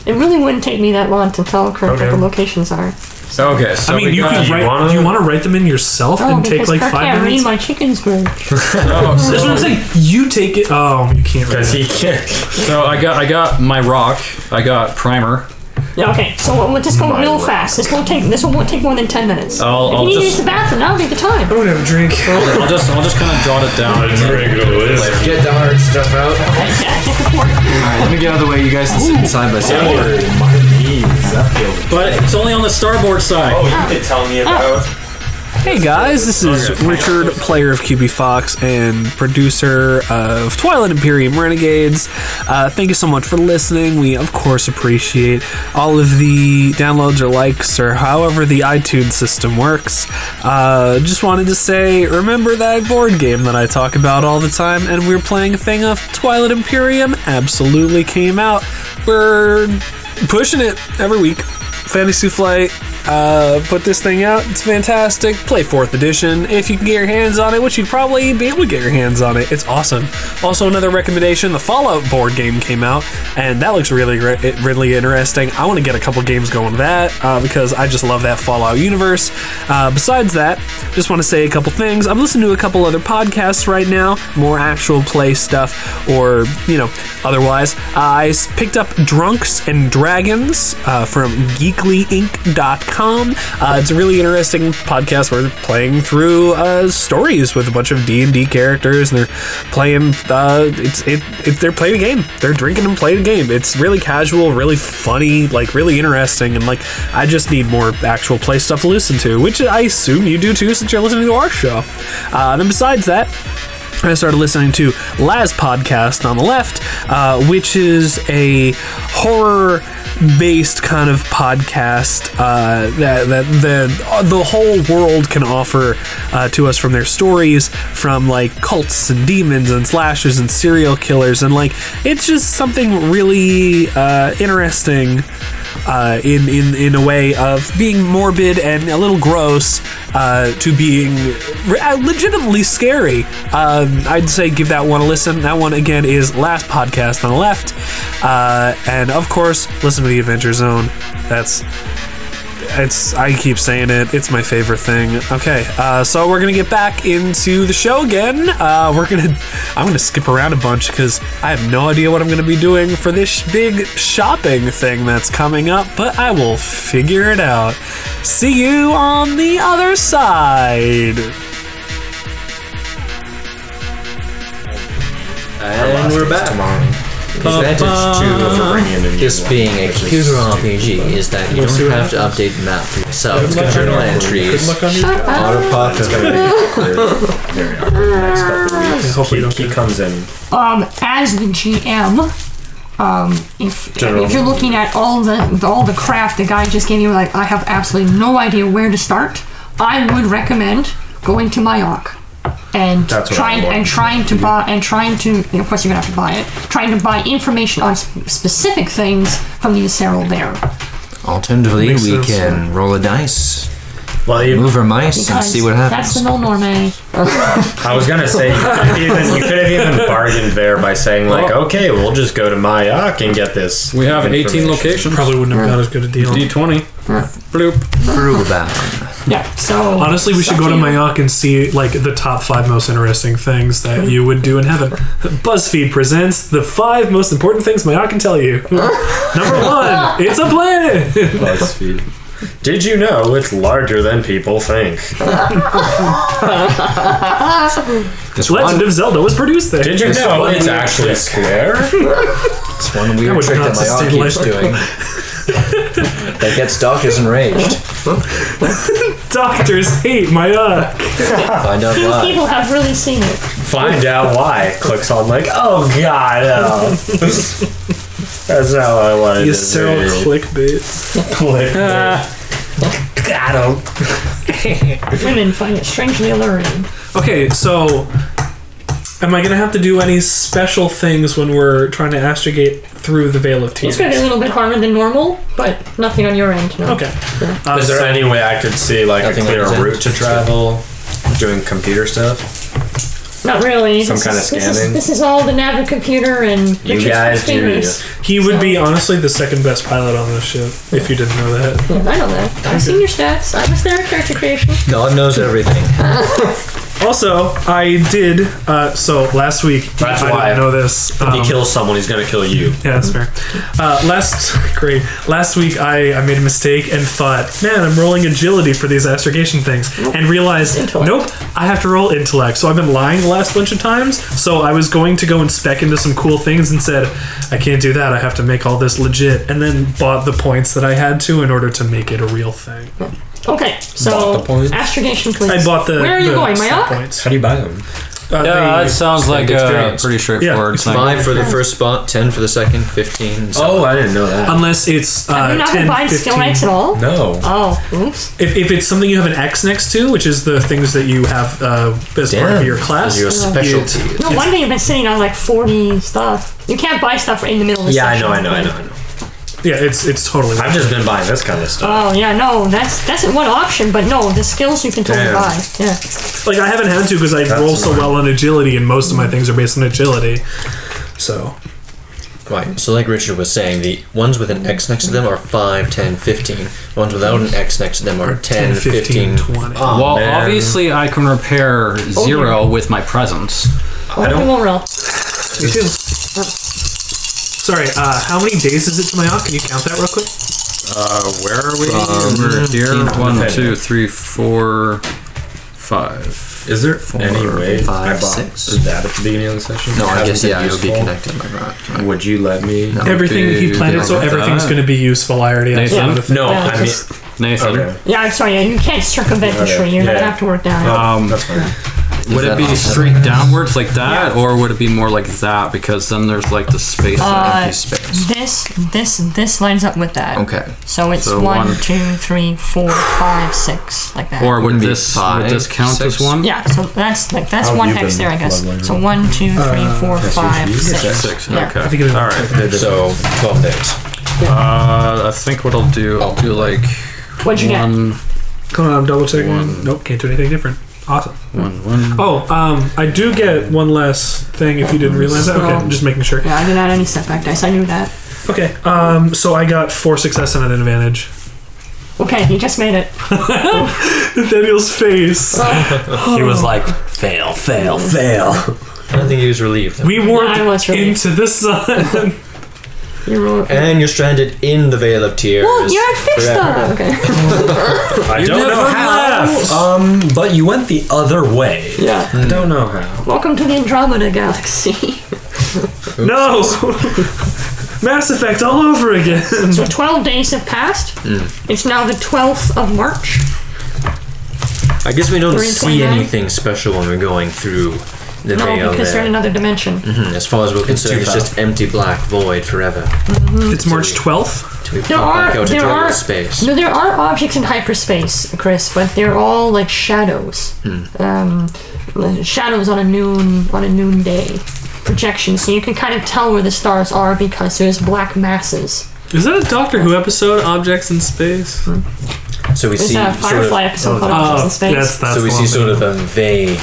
it really wouldn't take me that long to tell Kurt what Okay. the locations are. Okay, so I mean, you got- could you write. wanna- do you want to write them in yourself Oh, and take because like Kirk five can't minutes? read my chicken's groove. That's Oh, what I'm saying. You take it. Oh, you can't read Because it. he can't. so I got I got my rock, I got primer. Yeah, okay, so we'll we'll just go real fast. This won't take. This one won't take more than ten minutes. I'll- if Oh, I'll you need to use just- the bathroom, that'll be the time. I'm gonna have a drink. I'll just I'll just kind of jot it down. Get the hard stuff out. Alright, let me get out of the way. You guys can sit side by side. But it's only on the starboard side. Oh, you could tell me about. Hey guys, this is Richard, player of QB Fox and producer of Twilight Imperium Renegades. Uh, thank you so much for listening. We, of course, appreciate all of the downloads or likes or however the iTunes system works. Uh, just wanted to say remember that board game that I talk about all the time, and we're playing a thing of Twilight Imperium, absolutely came out. We're pushing it every week. Fantasy Flight uh, put this thing out. It's fantastic. Play fourth edition if you can get your hands on it, which you'd probably be able to get your hands on it. It's awesome. Also, another recommendation: the Fallout board game came out, and that looks really re- it- really interesting. I want to get a couple games going with that uh, because I just love that Fallout universe. Uh, besides that, just want to say a couple things. I'm listening to a couple other podcasts right now, more actual play stuff, or you know, otherwise. I s- picked up Drunks and Dragons uh, from geeklyinc.com. Uh, it's a really interesting podcast where they're playing through uh, stories with a bunch of D&D characters and they're playing uh, it's it, it they're playing a game. They're drinking and playing a game. It's really casual, really funny, like really interesting and like I just need more actual play stuff to listen to, which I assume you do too since you're listening to our show. Uh, then besides that I started listening to Laz Podcast on the Left, uh, which is a horror based kind of podcast uh, that, that the, uh, the whole world can offer uh, to us from their stories, from like cults and demons and slashers and serial killers. And like, it's just something really uh, interesting uh, in, in in a way of being morbid and a little gross uh, to being re- uh, legitimately scary. Um, I'd say give that one a listen. That one again is last podcast on the left, uh, and of course listen to the Adventure Zone. That's it's I keep saying it. It's my favorite thing. Okay, uh, so we're gonna get back into the show again. Uh, we're gonna I'm gonna skip around a bunch because I have no idea what I'm gonna be doing for this big shopping thing that's coming up, but I will figure it out. See you on the other side. And we're back. The advantage to this being a computer RPG is that you don't have to update the map for yourself. It's got journal entries. Shut up. Autopop is going to be there. we are. Next couple of weeks. Hopefully, he comes in. Um, as the GM, um, if General. if you're looking at all the all the craft the guy just gave you, like I have absolutely no idea where to start. I would recommend going to Myoc and That's what trying I'm and trying to buy and trying to. Of course, you're gonna have to buy it. Trying to buy information on sp- specific things from the Acero there. Alternatively, Makes we sense, can roll a dice, Well, you- move our mice, and Because see what That's happens. the eh? old norme. I was gonna say you could have even, you could have even bargained there by saying like, Well- okay, we'll just go to Mayak and get this. Oh. We have 18 information." locations. Probably wouldn't have got as good a deal. D20. Bloop. Through that. Yeah. So Honestly, we should go to Myoc. Mayoc and see like the top five most interesting things that you would do in heaven. BuzzFeed presents the five most important things Mayoc can tell you. Number one, it's a planet. BuzzFeed. Did you know it's larger than people think? This Legend of Zelda was produced there. Did you This know one it's weird- actually square? It's one That weird was trick not that my arm sustainable. keeps doing. that gets doctors enraged. Doctors hate uh, Mayoc. Find out These why. people have really seen it. Find out why. Clicks on like, oh god, no. That's not what I wanted You to sell do. clickbait. Click. Got 'em. Women find it strangely alluring. Okay, so am I gonna have to do any special things when we're trying to astrogate through the Veil of It's Tears? going to be a little bit harder than normal, but nothing on your end. No. Okay. Uh, Is there so- any way I could see like Nothing a clear represents- route to travel? Doing computer stuff. Not really. Some this kind is, of This is, scanning? this is all the Navi computer and You Richard's guys do fingers. He would be honestly the second best pilot on this ship, if you didn't know that. Yeah, I know that. I've seen your stats. I was there at character creation. God knows everything. Also, I did, uh, so last week, That's I why. didn't know this. He um, kills someone, he's gonna kill you. Yeah, that's fair. Uh, last great. Last week, I, I made a mistake and thought, man, I'm rolling agility for these astrogation things, and realized, Intellect. nope, I have to roll intellect. So I've been lying the last bunch of times. So I was going to go and spec into some cool things and said, I can't do that. I have to make all this legit, and then bought the points that I had to in order to make it a real thing. Okay, so astrogation, please. I bought the. Where are you the going, set Mayock? points. How do you buy them? Uh, Yeah, they- that sounds like a experience. pretty straightforward it's thing. Five for the first spot, ten for the second, fifteen. So Oh, I didn't know that. unless it's uh, You're not 10, combined skill 15. ranks at all? No. Oh, oops. If, if it's something you have an X next to, which is the things that you have uh, as part of Damn. your class, your you- specialty. No wonder you've been sitting on like 40 stuff. You can't buy stuff in the middle of the Yeah, I session. know, I know, I know, I know. Yeah, it's it's totally. I've just been buying this kind of stuff. Oh yeah, no, that's that's one option, but no, the skills you can totally Damn. buy. Yeah. Like I haven't had to because I roll so well on agility, and most of my things are based on agility. So Right. So, like Richard was saying, the ones with an X next to them are 5, 10, 15. The ones without an X next to them are 10, 15, 20. Ah. well, obviously, I can repair zero with my presence. Oh, I won't roll. Me too. Sorry, uh, how many days is it to my off? Can you count that real quick? Uh, where are we? We're here. One, two, three, four, five. Is there any way five, I bought six? that at the beginning of the session? No, I Hasn't guess been yeah, it would be useful? connected. My right. Would you let me? No. Everything he Dude, planted, so I got everything's that. going to be useful. I already have Nathan? some of the- No, Yeah, I mean, just- Nathan, okay. Yeah, I'm sorry. Yeah, you can't circumvent the Okay. tree. You're gonna Yeah. have to work down. um, That's fine. would it that be offset? straight downwards like that, or would it be more like that? Because then there's like the space. Uh, empty space. This this this lines up with that. Okay. So it's So one, one- two, three, four, five, six, like that. Or Would would it be this five, would this count six? as one? yeah, so that's like that's How one have you hex been, there, I guess. Bloodline? So one, two, three, four, five, six. Six. Yeah. Okay. I think it is. All right. So, 12 days. Uh, I think what I'll do, I'll do like What'd you get? one, Hold on, I'm double checking. One. Nope, can't do anything different. Awesome. one, one. Oh, um, I do get one less thing if you didn't realize that. Okay, I'm just making sure. Yeah, I didn't add any setback dice. I knew that. Okay, um, so I got four success and an advantage. Okay, you just made it. Nathaniel's face. He was like, fail, fail, fail. I don't think he was relieved. We warped I was really- into the sun. You rolled. And you're stranded in the Vale of Tears. Well, you're at Oh, fixed though. Okay. I don't know how. Um, but you went the other way. Yeah. I don't know how. Welcome to the Andromeda Galaxy. no! Mass Effect all over again. so 12 days have passed. It's now the 12th of March. I guess we don't Three and see 29? anything special when we're going through the No, Vale because they're there. in another dimension. Mhm, As far as we're concerned, it's just empty black void forever. It's March 12th. Till we There pop back are- out there into are- real space. No, there are objects in hyperspace, Chris, but they're all like shadows. Hmm. Um, shadows on a noon on a noonday projection, so you can kind of tell where the stars are because there's black masses. Is that a Doctor Who episode, Objects in Space? So we There's see a sort Firefly of, episode called Objects Oh, in Space. yes, that's so we the see one. sort of a vague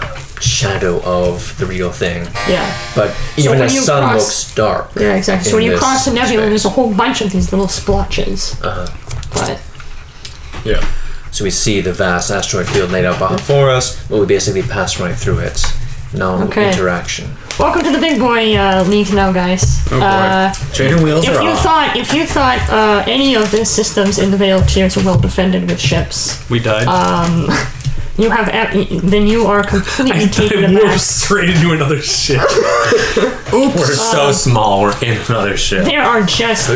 uh, shadow of the real thing. yeah, But even when the you sun cross- looks dark. yeah, exactly. So in when you this cross the nebula, space. there's a whole bunch of these little splotches. Uh-huh. But So we see the vast asteroid field laid out before us, but we basically pass right through it. No Okay. interaction. welcome to the big boy uh, league now, guys. Oh boy. Uh, Training wheels If are you off. thought if you thought uh, any of the systems in the Veil of Tears were well defended with ships, We died. Uh, you have e- then you are completely taken I warped aback. straight into another ship. We're Uh, so small. We're in another ship. There are just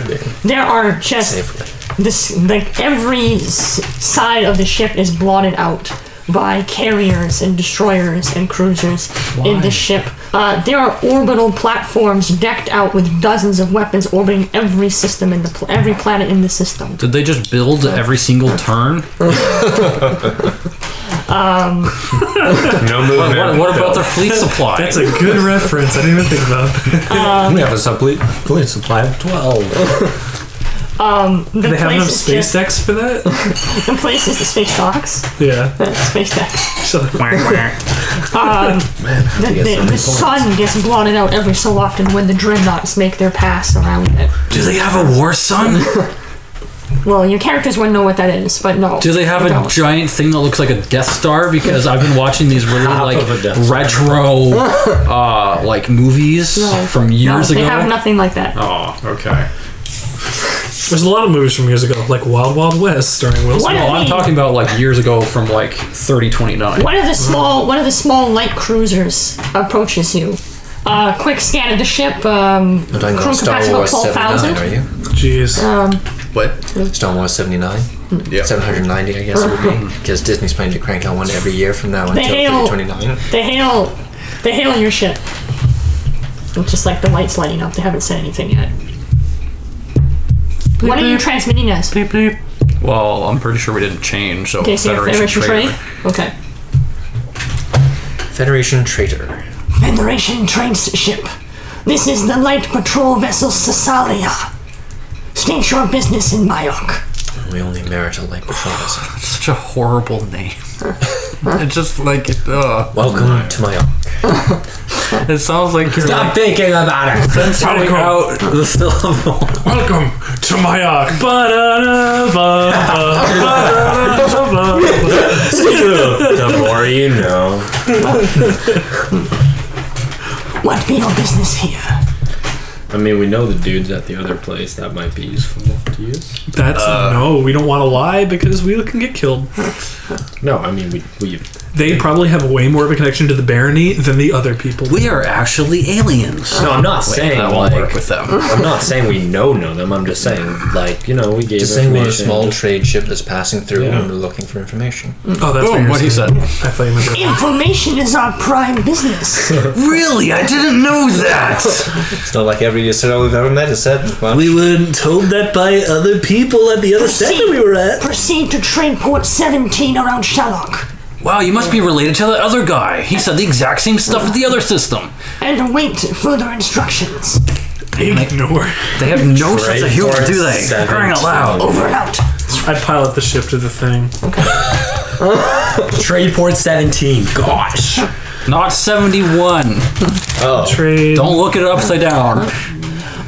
there are just Safely. this like every s- side of the ship is blotted out by carriers and destroyers and cruisers in the ship. Uh, there are orbital platforms decked out with dozens of weapons orbiting every system in the pl- every planet in the system. Did they just build every single turn? No What, movement. what, what about their fleet supply? That's a good reference. I didn't even think about that. we have a supply, police supply of Oh, 12. The They have place enough is space just, decks for that? the place is the space docks. Yeah. space deck. Shut up. Um, The, the, the sun gets blotted out every so often when the dreadnoughts make their pass around it. Do they have a war sun? Well, your characters wouldn't know what that is, but no. Do they have you a don't. giant thing that looks like a Death Star? Because I've been watching these really like of a Death Star. retro, uh, like movies No. from years no, They ago. have nothing like that. oh, okay. There's a lot of movies from years ago, like Wild Wild West starring Will What Smith. do Well, I I'm mean? talking about like years ago from like 3029. One of the small, one of the small light cruisers approaches you. Uh, quick scan of the ship. Um, crew Not talking about Star capacity about Wars 79, are 12,000. you? Jeez. Uh, Um, What? Mm. Star Wars 79? Yeah. 790, I guess it would be. Because Disney's planning to crank out one every year from now until hail- 2029. They hail, they hail your ship. It's just like the lights lighting up. They haven't said anything yet. What are you transmitting as? Well, I'm pretty sure we didn't change. So Okay, so you have Federation Federation trade. trade. Okay. Federation traitor. Federation train ship. This is the light patrol vessel Cesalia. State your business in Myok. We only marital like before Such a horrible name. it's just like it. Uh, Welcome to my own. it sounds like you're Stop thinking about it. like, out the syllable. Welcome to my arc. Ba-da-da-ba-ba-ba-da-da-ba-ba. the more you know. What be your business here? I mean, we know the dudes at the other place. That might be useful to use. That's Uh. no. We don't want to lie because we can get killed. No, I mean, we. we They probably have way more of a connection to the barony than the other people. We are actually aliens. no, I'm not saying That won't work like. with them. I'm not saying we know none of them. I'm just saying like you know we gave. Just saying we're a information. small trade ship that's passing through Yeah. and we're looking for information. Oh, that's Boom! What he said. said. I thought you meant that. Information is our prime business. Really? I didn't know that. It's not like every Yasero we've ever met has said much. we were told that by other people at the other sector we were at. Proceed to trade port 17 around Shalok Wow, you must be related to that other guy. He said the exact same stuff with the other system. and await further instructions. Ignore. They have no sense of humor, do they? Crying out loud. Over and out. I pilot the ship to the thing. Tradeport 17. Gosh. Not 71. Trade. Don't look it upside down.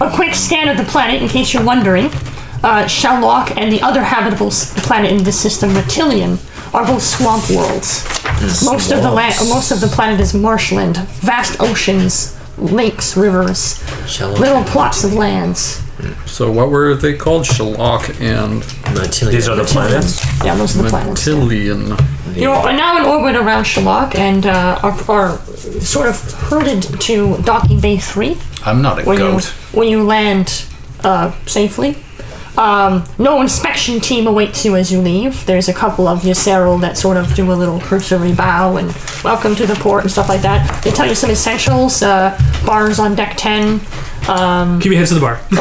A quick scan of the planet, in case you're wondering. Uh, Shalok and the other habitable s- planet in this system, Reptilian, are both swamp worlds. Most of the land, most of the planet is marshland, vast oceans, lakes, rivers, little plots of lands. So what were they called? Shalak and These are the planets. Yeah, those are the planets. Tillian. You're now in orbit around Shalok and uh, are, are sort of herded to docking bay three. I'm not a when you goat. when you land uh, safely. Um, no inspection team awaits you as you leave. There's a couple of Yacero that sort of do a little cursory bow and welcome to the port and stuff like that. They tell you some essentials, uh, bars on deck 10, Keep your heads to the bar.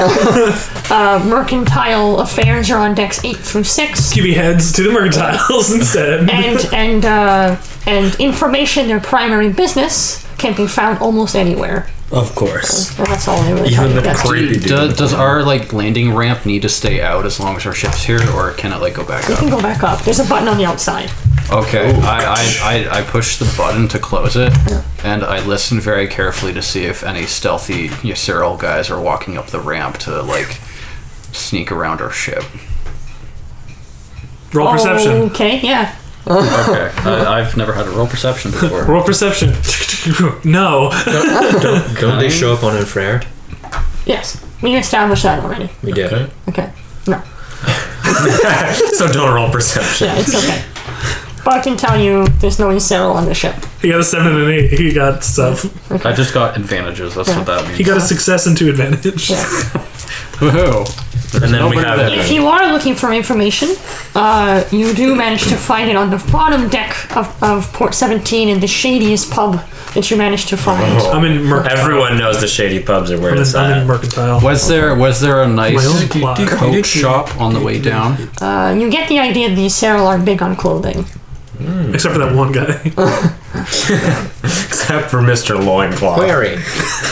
uh, mercantile affairs are on decks 8 through 6, Keep your heads to the mercantiles instead. and, and, uh, and information, their primary business, can be found almost anywhere. Of course. And that's all they really tell you. That's- Do- Does, does our like landing ramp need to stay out as long as our ship's here, or can it like go back You up? can go back up. There's a button on the outside. Okay, I, I, I, I push the button to close it, and I listen very carefully to see if any stealthy Yasiril guys are walking up the ramp to like sneak around our ship. Oh. Roll perception. Okay, yeah. Okay, I, I've never had a roll perception before. Roll perception. no. Don't they show up on infrared? Yes. We established that already. We did. Okay. No. So don't roll perception. Yeah, it's okay. But I can tell you there's no Incero on the ship. He got a seven and an eight. He got stuff. I just got advantages. That's what that He means. got a success and two advantage. Woohoo! And then we Nobody have there. If you are looking for information, uh, you do manage to find it on the bottom deck of, of Port 17 in the shadiest pub that you managed to find. I'm in mercantile. Everyone knows the shady pubs are where I'm it's in, I'm in at. mercantile. Was there was there a My own nice plot. coat shop on the way down? Uh, you get the idea that the Incero are big on clothing. Except for that one guy. Except for Mr. Loincloth. Query.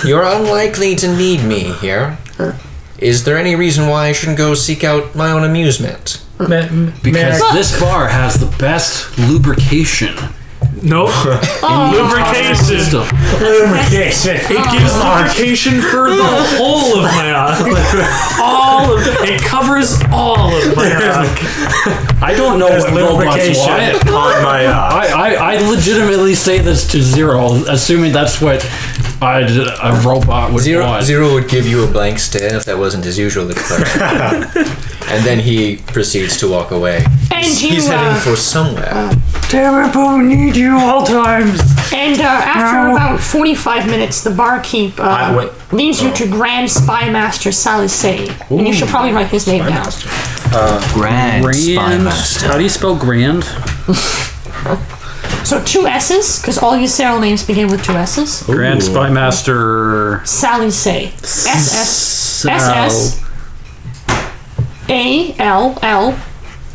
You're unlikely to need me here. Is there any reason why I shouldn't go seek out my own amusement? Because this bar has the best lubrication. Nope. lubrication. System. It gives lubrication for the whole of my arc. all of it covers all of my arc. I don't know what Roblox Lubrication wanted. on my uh, eye. I, I, I legitimately say this to zero, assuming that's what I, a robot would Zero, want. Zero would give you a blank stare if that wasn't his usual expression. and then he proceeds to walk away. And you, He's heading uh, for somewhere. Terrible, we need you all times. and uh, after about 45 minutes, the barkeep I uh, went- leads you to Grand Spy Master Salisay. And you should probably write his name down. Grand, Grand. Spymaster. How do you spell grand? So two S's, because all your serial names begin with two S's. Grand Spy Master. Sally Say. S S S S A L L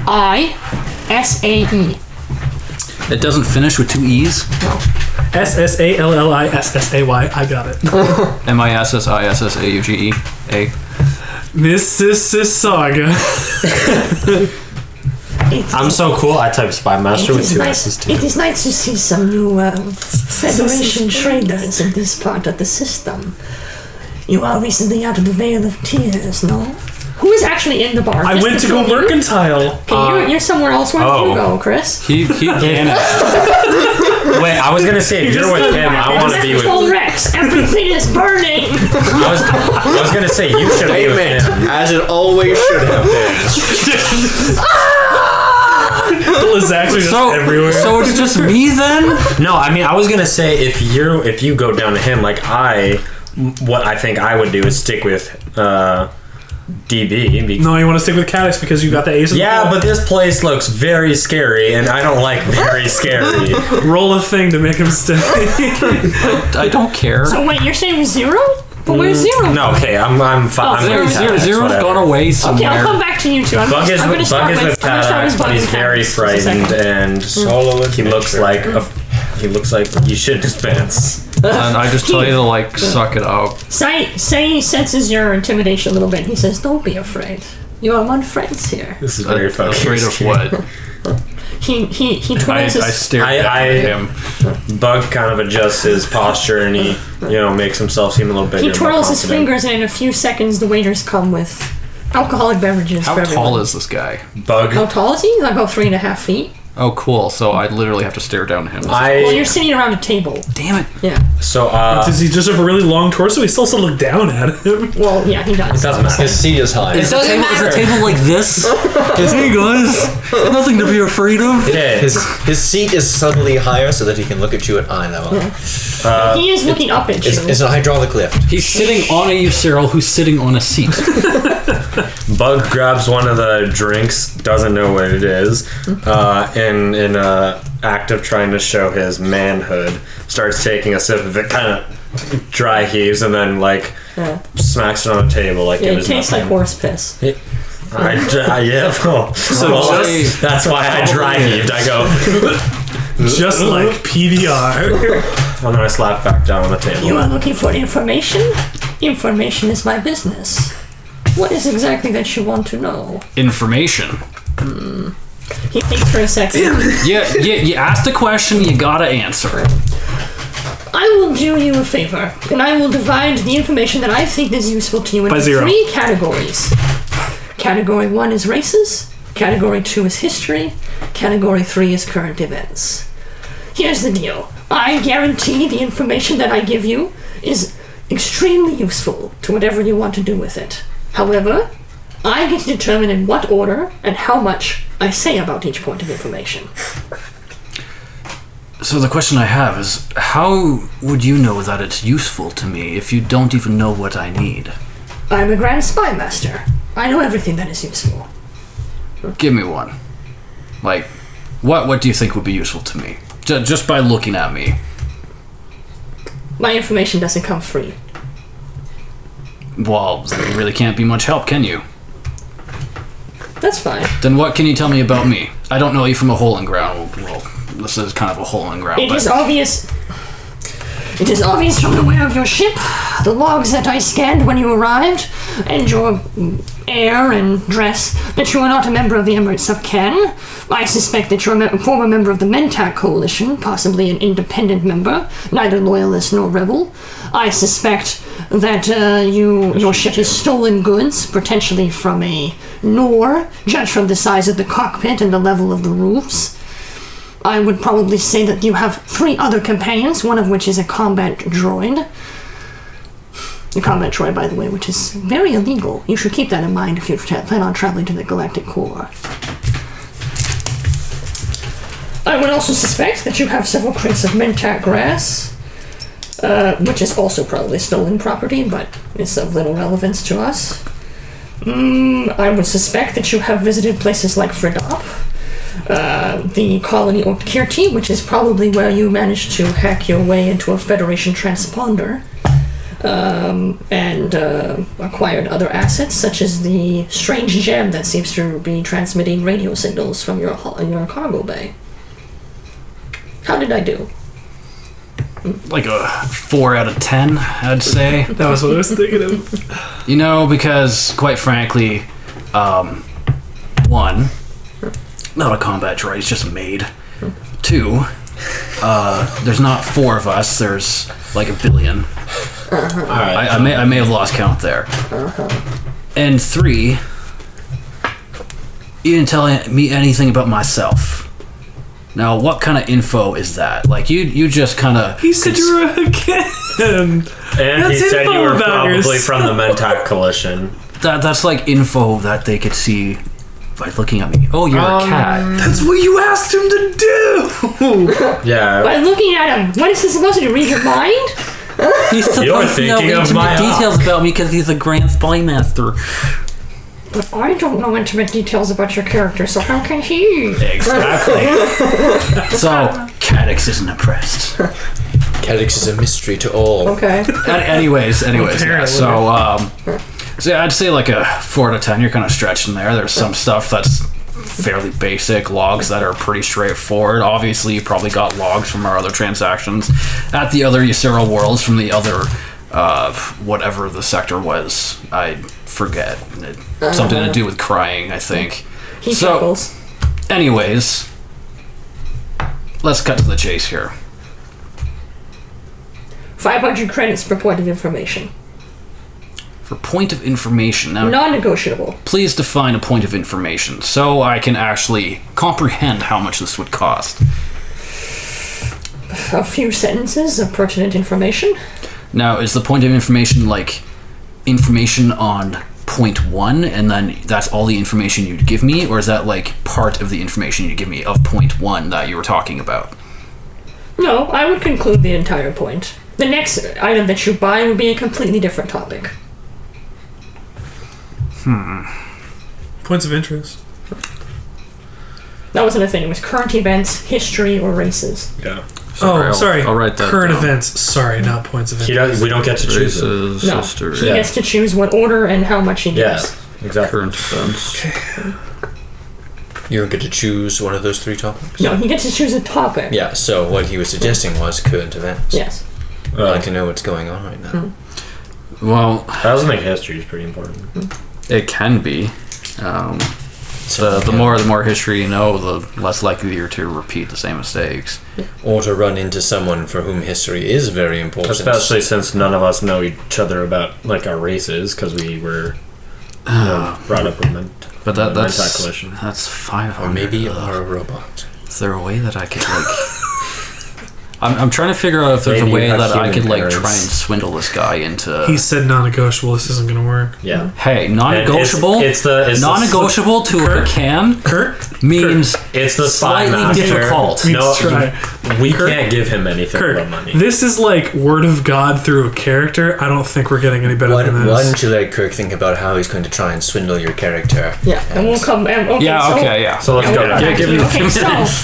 I S A E. It doesn't finish with two E's. S S A L L I S S A Y. I got it. M I S S I S S A U G E A. Mrs. Saga. I'm so cool. I type Spy Master It with is, two nice, S's too. it is nice to see some new uh, Federation traders in this part of the system. You are recently out of the Vale of Tears, no? Who is actually in the bar? I went to go mercantile. you're, you're somewhere else. Where did Uh, oh. you go, Chris? He, he vanished. Wait, I was gonna say if you're with him, I want to be with. Central Rex, everything is burning! I was, I was gonna say you should be with him. As it always should have been. Zach's just So, everywhere. so it's just me then? No, I mean I was gonna say if you if you go down to him like I, what I think I would do is stick with uh, DB. Because, no, you want to stick with Caddix because you got the ace. in the Yeah, hole. but this place looks very scary, and I don't like very scary. roll a thing to make him stay. I don't care. Oh, wait, you're saying zero? But where's zero? Mm, No, okay, I'm I'm fine. Oh, I'm Zero, with zero, Alex, zero's whatever. gone away Okay, somewhere. I'll come back to you two. I'm, Bug is, I'm gonna start Bug is with, with I'm gonna start with Tadax, Bug but he's and very Tadax. Just a frightened, second. Mm. and he looks like a, he looks like you should dispense. and I just tell you to like suck it up. Say, say he senses your intimidation a little bit. He says, "Don't be afraid. You are one friends here." This is very fucking Afraid of scary. what? He he he I, I twirls his. stared I- back I- at him. Bug kind of adjusts his posture and he, you know, makes himself seem a little bit. he twirls his fingers, and in a few seconds, the waiters come with alcoholic beverages. How for tall everyone. is this guy? Bug, How tall is he? Like about three and a half feet. Oh, cool. So I literally have to stare down at him. Well, you're I sitting around a table. Damn it. Yeah. so uh, Does he just have a really long torso? He still has to look down at him. Well, yeah, he does. Doesn't matter. His seat is high. Is the, table, is the table like this? hey guys, nothing to be afraid of. yeah, His, his seat is suddenly higher so that he can look at you at eye level. he is looking up at you. It's, it's a hydraulic lift. He's sitting on a Cyril who's sitting on a seat. Bug grabs one of the drinks, doesn't know what it is, uh, and in a act of trying to show his manhood, starts taking a sip of it, kind of dry heaves, and then like yeah. smacks it on the table like Yeah, it it was tastes like nothing. horse piss. I, ju- I- yeah, well, so Oh, Probably- that's why I dry heaved. I go, Just like PDR. and then I slap back down on the You table. are looking for information. Information is my business. What is exactly that you want to know? Information. He thinks for a second. Yeah, yeah, you asked a question, you gotta answer. I will do you a favor, and I will divide the information that I think is useful to you into zero. three categories. Category one is races, category two is history, category three is current events. Here's the deal I guarantee the information that I give you is extremely useful to whatever you want to do with it. However, I get to determine in what order and how much I say about each point of information. So the question I have is how would you know that it's useful to me if you don't even know what I need? I'm a grand spy master. I know everything that is useful. Give me one. Like, what what do you think would be useful to me? J- just by looking at me. My information doesn't come free. Well, you really can't be much help, can you? That's fine. Then what can you tell me about me? I don't know you from a hole in ground. Well, this is kind of a hole in ground, It but is obvious. It is obvious from the way of your ship, the logs that I scanned when you arrived, and your mm, air and dress that you are not a member of the Emirates of Ken. I suspect that you're a me- former member of the Mentak Coalition, possibly an independent member, neither loyalist nor rebel. I suspect that uh, you your ship has stolen goods, potentially from a Nor, judged from the size of the cockpit and the level of the roofs. I would probably say that you have three other companions, one of which is a combat droid. A combat droid, by the way, which is very illegal. You should keep that in mind if you tra- plan on traveling to the galactic core. I would also suspect that you have several crates of Mentak grass, uh, which is also probably stolen property, but it's of little relevance to us. Mm, I would suspect that you have visited places like Fridop the colony of Kirti, which is probably where you managed to hack your way into a Federation transponder, um, and uh, acquired other assets such as the strange gem that seems to be transmitting radio signals from your ho- your cargo bay. How did I do? like a four out of ten, I'd say. That was what I was thinking of. You know, because quite frankly, um, one, not a combat droid, it's just a maid. Two, uh, there's not four of us, there's like a 1000000000 I, I, may, I may have lost count there. And three, you didn't tell me anything about myself. Now, what kind of info is that? Like you, you just kind of He said you were a kid. And That's he said info you were about probably yourself. from the Mentat Coalition. that, that's like info that they could see by looking at me. Oh, you're a cat. That's what you asked him to do. Yeah. By looking at him, what is this supposed to do? Read your mind? He's supposed thinking to know of my intimate details about me because he's a grand spy master. But I don't know intimate details about your character, so how can he? Exactly. so, Cadix isn't impressed. Cadix is a mystery to all. Okay. An- anyways, anyways, yeah, so um, so yeah, I'd say like a four to ten. You're kind of stretching there. There's some stuff that's fairly basic logs that are pretty straightforward. Obviously, you probably got logs from our other transactions at the other Ysera worlds from the other uh, whatever the sector was. I forget It- something to do with crying. I think. He So- chuckles. Anyways, let's cut to the chase here. 500 credits for point of information. For point of information, now Non negotiable. please define a point of information so I can actually comprehend how much this would cost. A few sentences of pertinent information. Now, is the point of information like information on point one, and then that's all the information you'd give me, or is that like part of the information you'd give me of point one that you were talking about? No, I would conclude the entire point. The next item that you buy would be a completely different topic. Points of interest. That wasn't a thing. It was current events, history, or races. Oh, I'll- sorry. I'll write that Current down. events. Sorry, not points of He interest. does, we don't get to choose it. Races, No. sister, He gets to choose what order and how much he Yeah, gives. exactly. current events. You don't get to choose one of those three topics. No, he gets to choose a topic. Yeah. So what he was suggesting was current events. Yes. I'd like to know what's going on right now. Well, I also think history is pretty important. it can be. Um, So the, the more the more history you know, the less likely you're to repeat the same mistakes. or to run into someone for whom history is very important. Especially since none of us know each other about like our races because we were you know, brought up with men. But that, Mental that's collision. that's five or hundred. maybe you are a robot. Is there a way that I could like? I'm, I'm trying to figure out if there's Maybe a you way have that I human could like parents. try and swindle this guy into. He said non-negotiable. This isn't going to work. Yeah. hey, And non-negotiable. It's, it's the it's the- non-negotiable to a Kirk? can Kurt, means It's the spy slightly master. difficult. No, Let's try. we can't give him anything Kurt, but money. this is like word of God through a character. I don't think we're getting any better Why, than don't- why this. don't you let Kirk think about how he's going to try and swindle your character? Yeah. And we'll come. And, okay, yeah. so- Okay. Yeah. so let's go back. Yeah, give me a Okay, few so- minutes.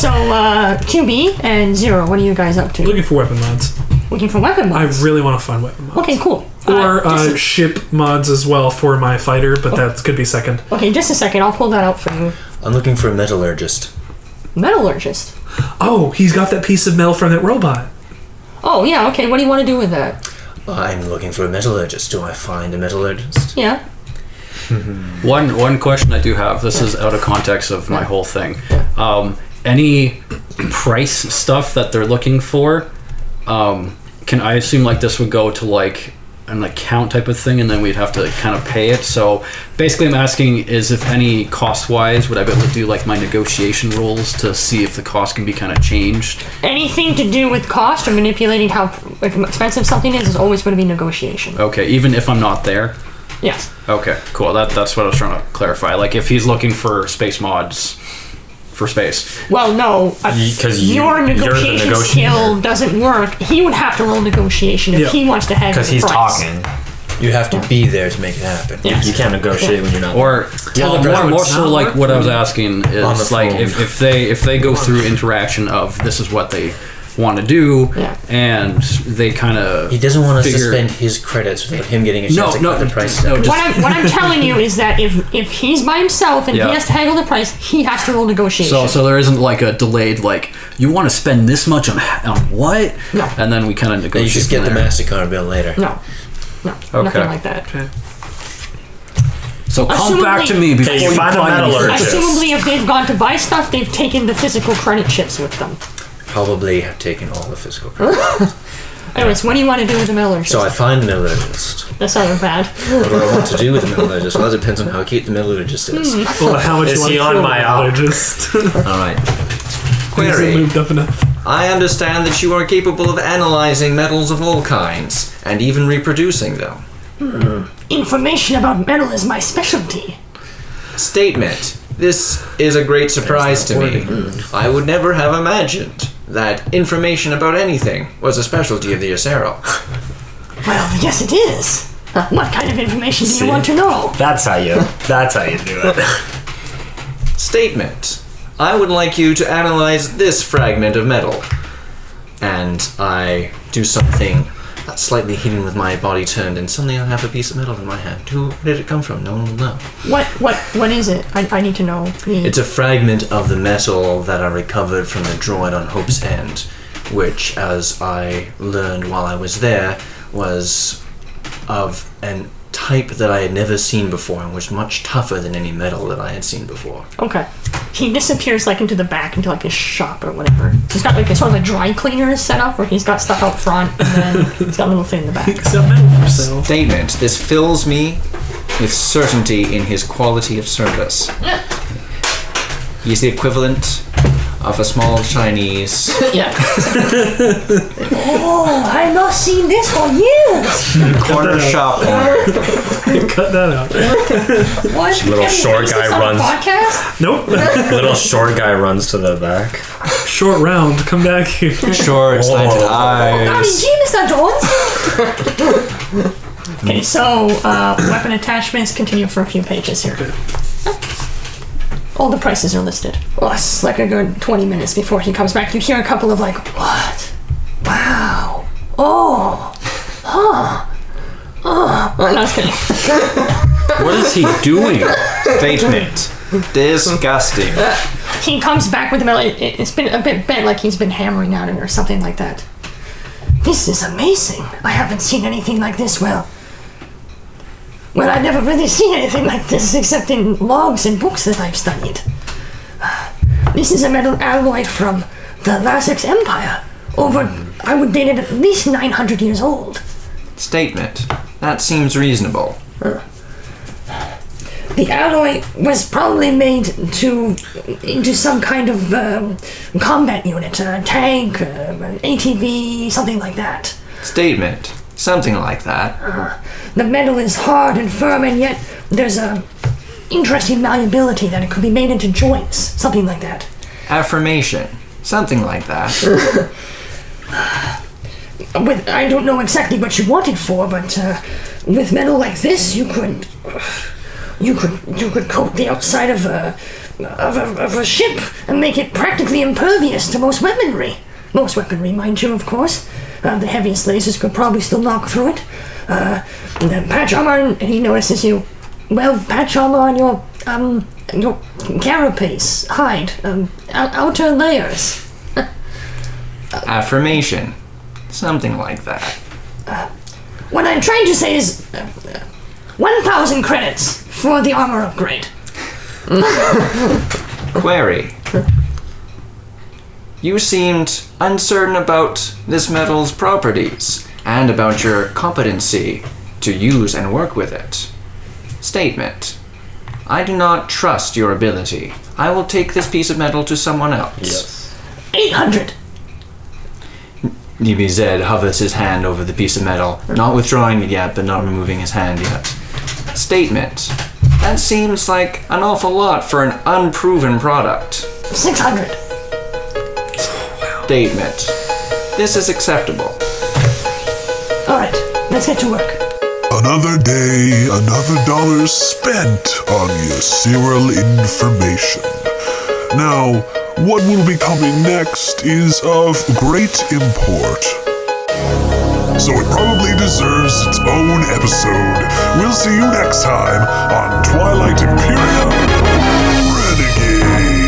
So, uh, QB and Zero, what are you guys up to? Looking for weapon mods. Looking for weapon I mods. really want to find weapon mods. okay, cool. Or Uh, just uh, ship mods as well for my fighter, but that could be second. a- okay, just a second. I'll pull that out for you. I'm looking for a metallurgist. Metallurgist. Oh, he's got that piece of metal from that robot. Oh, yeah, okay. What do you want to do with that? I'm looking for a metallurgist. Do I find a metallurgist? Yeah. One one question I do have. This is out of context of my whole thing. Um, any price stuff that they're looking for, um, can I assume like this would go to like an account type of thing, and then we'd have to kind of pay it. So basically, I'm asking is if any cost wise, would I be able to do like my negotiation rules to see if the cost can be kind of changed? Anything to do with cost or manipulating how expensive something is is always going to be negotiation. Okay, even if I'm not there. Yes. Okay, cool. That that's what I was trying to clarify. Like if he's looking for space mods for space. Well, no, because Because you- your you're the negotiation negotiator. skill doesn't work. He would have to roll negotiation if Yeah. he wants to have. Because Because he's talking. You have to be there to make it happen. You can't negotiate when you're not. or well, that more, would more so not like work what I was asking On the is like phone. if, if they if they go through interaction of this is what they want to do, Yeah. and they kind of He doesn't want us to Figure- spend his credits without him getting a chance no to no cut the price. no What just I'm, what I'm telling you is that if if he's by himself and Yeah. he has to haggle the price, he has to roll negotiation. so so there isn't like a delayed like you want to spend this much on on what No. and then we kind of You negotiate just from get the there. Mastercard bill later. no, no, nothing Okay. like that. so come Assuming back to they- me before you you find a buy metal anything. Yes. Assumably, if they've gone to buy stuff, they've taken the physical credit chips with them. Probably have taken all the physical credits. Anyways, what do you want to do with the Millers? so I find the metallurgist. That's other bad. What do I want to do with the metallurgist? Well, it depends on how cute the metallurgist is. Well, how much Is you want he to on kill my him? op? Just all right. isn't Query. lubed up enough. I understand that you are capable of analyzing metals of all kinds and even reproducing them. Information about metal is my specialty. Statement. This is a great surprise to me. I would never have imagined that information about anything was a specialty of the Acero. Well, yes, it is. What kind of information do you want to know? That's how you. That's how you do it. Statement. I would like you to analyze this fragment of metal. And I do something that's slightly hidden with my body turned, and suddenly I have a piece of metal in my hand. Who where did it come from? No one will know. What what what is it? I, I need to know. It's a fragment of the metal that I recovered from the droid on Hope's End, which, as I learned while I was there, was of an type that I had never seen before and was much tougher than any metal that I had seen before. Okay. He disappears like into the back into like his shop or whatever. He's got like a sort of a dry cleaner set up where he's got stuff out front and then he's got a little thing in the back. Statement This fills me with certainty in his quality of service. He is the equivalent of a small Chinese. Yeah. oh, I've not seen this for years. corner shop owner. Cut that out. What? Little Have you short noticed guy this on a runs- podcast? Nope. Little short guy runs to the back. Short round. Come back here. Short, slanted Howdy, eyes. G, Mr. Jones. okay, so uh, weapon attachments continue for a few pages here. All the prices are listed. Well, it's like a good 20 minutes before he comes back. You hear a couple of like, what? Wow. Oh. Huh. Oh. No, I was kidding. what is he doing Statement. Disgusting. He comes back with the metal. It, it's been a bit bent, like he's been hammering at it or something like that. This is amazing. I haven't seen anything like this. Well, well, I've never really seen anything like this except in logs and books that I've studied. This is a metal alloy from the Lasix Empire. Over, I would date it at least 900 years old. Statement. That seems reasonable. The alloy was probably made to into some kind of um, combat unit, a tank, um, an ATV, something like that. Statement. Something like that. The metal is hard and firm, and yet there's a interesting malleability that it could be made into joints, something like that. Affirmation. Something like that. With I don't know exactly what you want it for, but uh, with metal like this, you could you could you could coat the outside of a of a, of a ship and make it practically impervious to most weaponry. Most weaponry, mind you, of course. Uh, the heaviest lasers could probably still knock through it. Uh, and then patch armor, and he notices you. Well, patch armor on your um your carapace, hide, um, ou- outer layers. Affirmation. Something like that. What I'm trying to say is, uh, uh, 1,000 credits for the armor upgrade. Query. You seemed uncertain about this metal's properties and about your competency to use and work with it. Statement. I do not trust your ability. I will take this piece of metal to someone else. 800. Nibi Zed hovers his hand over the piece of metal, not withdrawing it yet, but not removing his hand yet. Statement. That seems like an awful lot for an unproven product. 600. Statement. This is acceptable. All right, let's get to work. Another day, another dollar spent on your serial information. Now, What will be coming next is of great import. So it probably deserves its own episode. We'll see you next time on Twilight Imperium Renegades.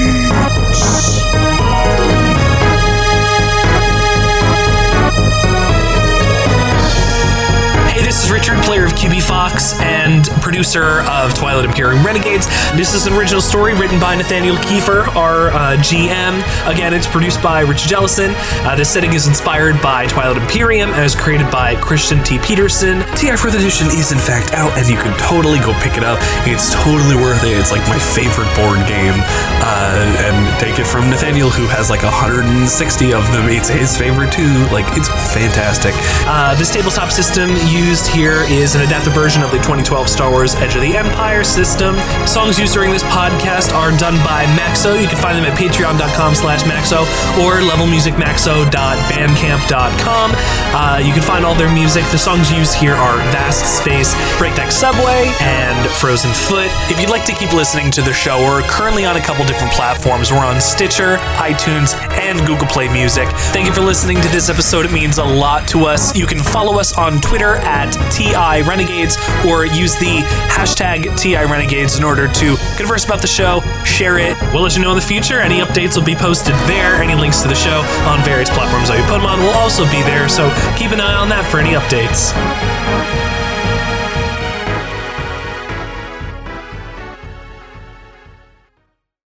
Hey, this is Richard, player of QB Fox and producer of Twilight Imperium Renegades. This is an original story written by Nathaniel Kiefer, our uh, GM. Again, it's produced by Richard Jellison. Uh, this setting is inspired by Twilight Imperium and is created by Christian T. Peterson. TI 4th edition is in fact out, and you can totally go pick it up. It's totally worth it. It's like my favorite board game. Uh, and take it from Nathaniel, who has like 160 of them. It's his favorite too. Like, it's fantastic. Uh, this tabletop system used here is an adapted version of the 2012 Star Wars Edge of the Empire system. Songs used during this podcast are done by Maxo. You can find them at patreon.com slash maxo or levelmusicmaxo.bandcamp.com. Uh, you can find all their music. The songs used here are Vast Space, Breakneck Subway, and Frozen Foot. If you'd like to keep listening to the show, we're currently on a couple different platforms. We're on Stitcher, iTunes, and Google Play Music. Thank you for listening to this episode. It means a lot to us. You can follow us on Twitter at TI Renegades or use the hashtag TI Renegades in order to converse about the show, share it. We'll let you know in the future. Any updates will be posted there. Any links to the show on various platforms that we put them on will also be there. So keep an eye on that for any updates.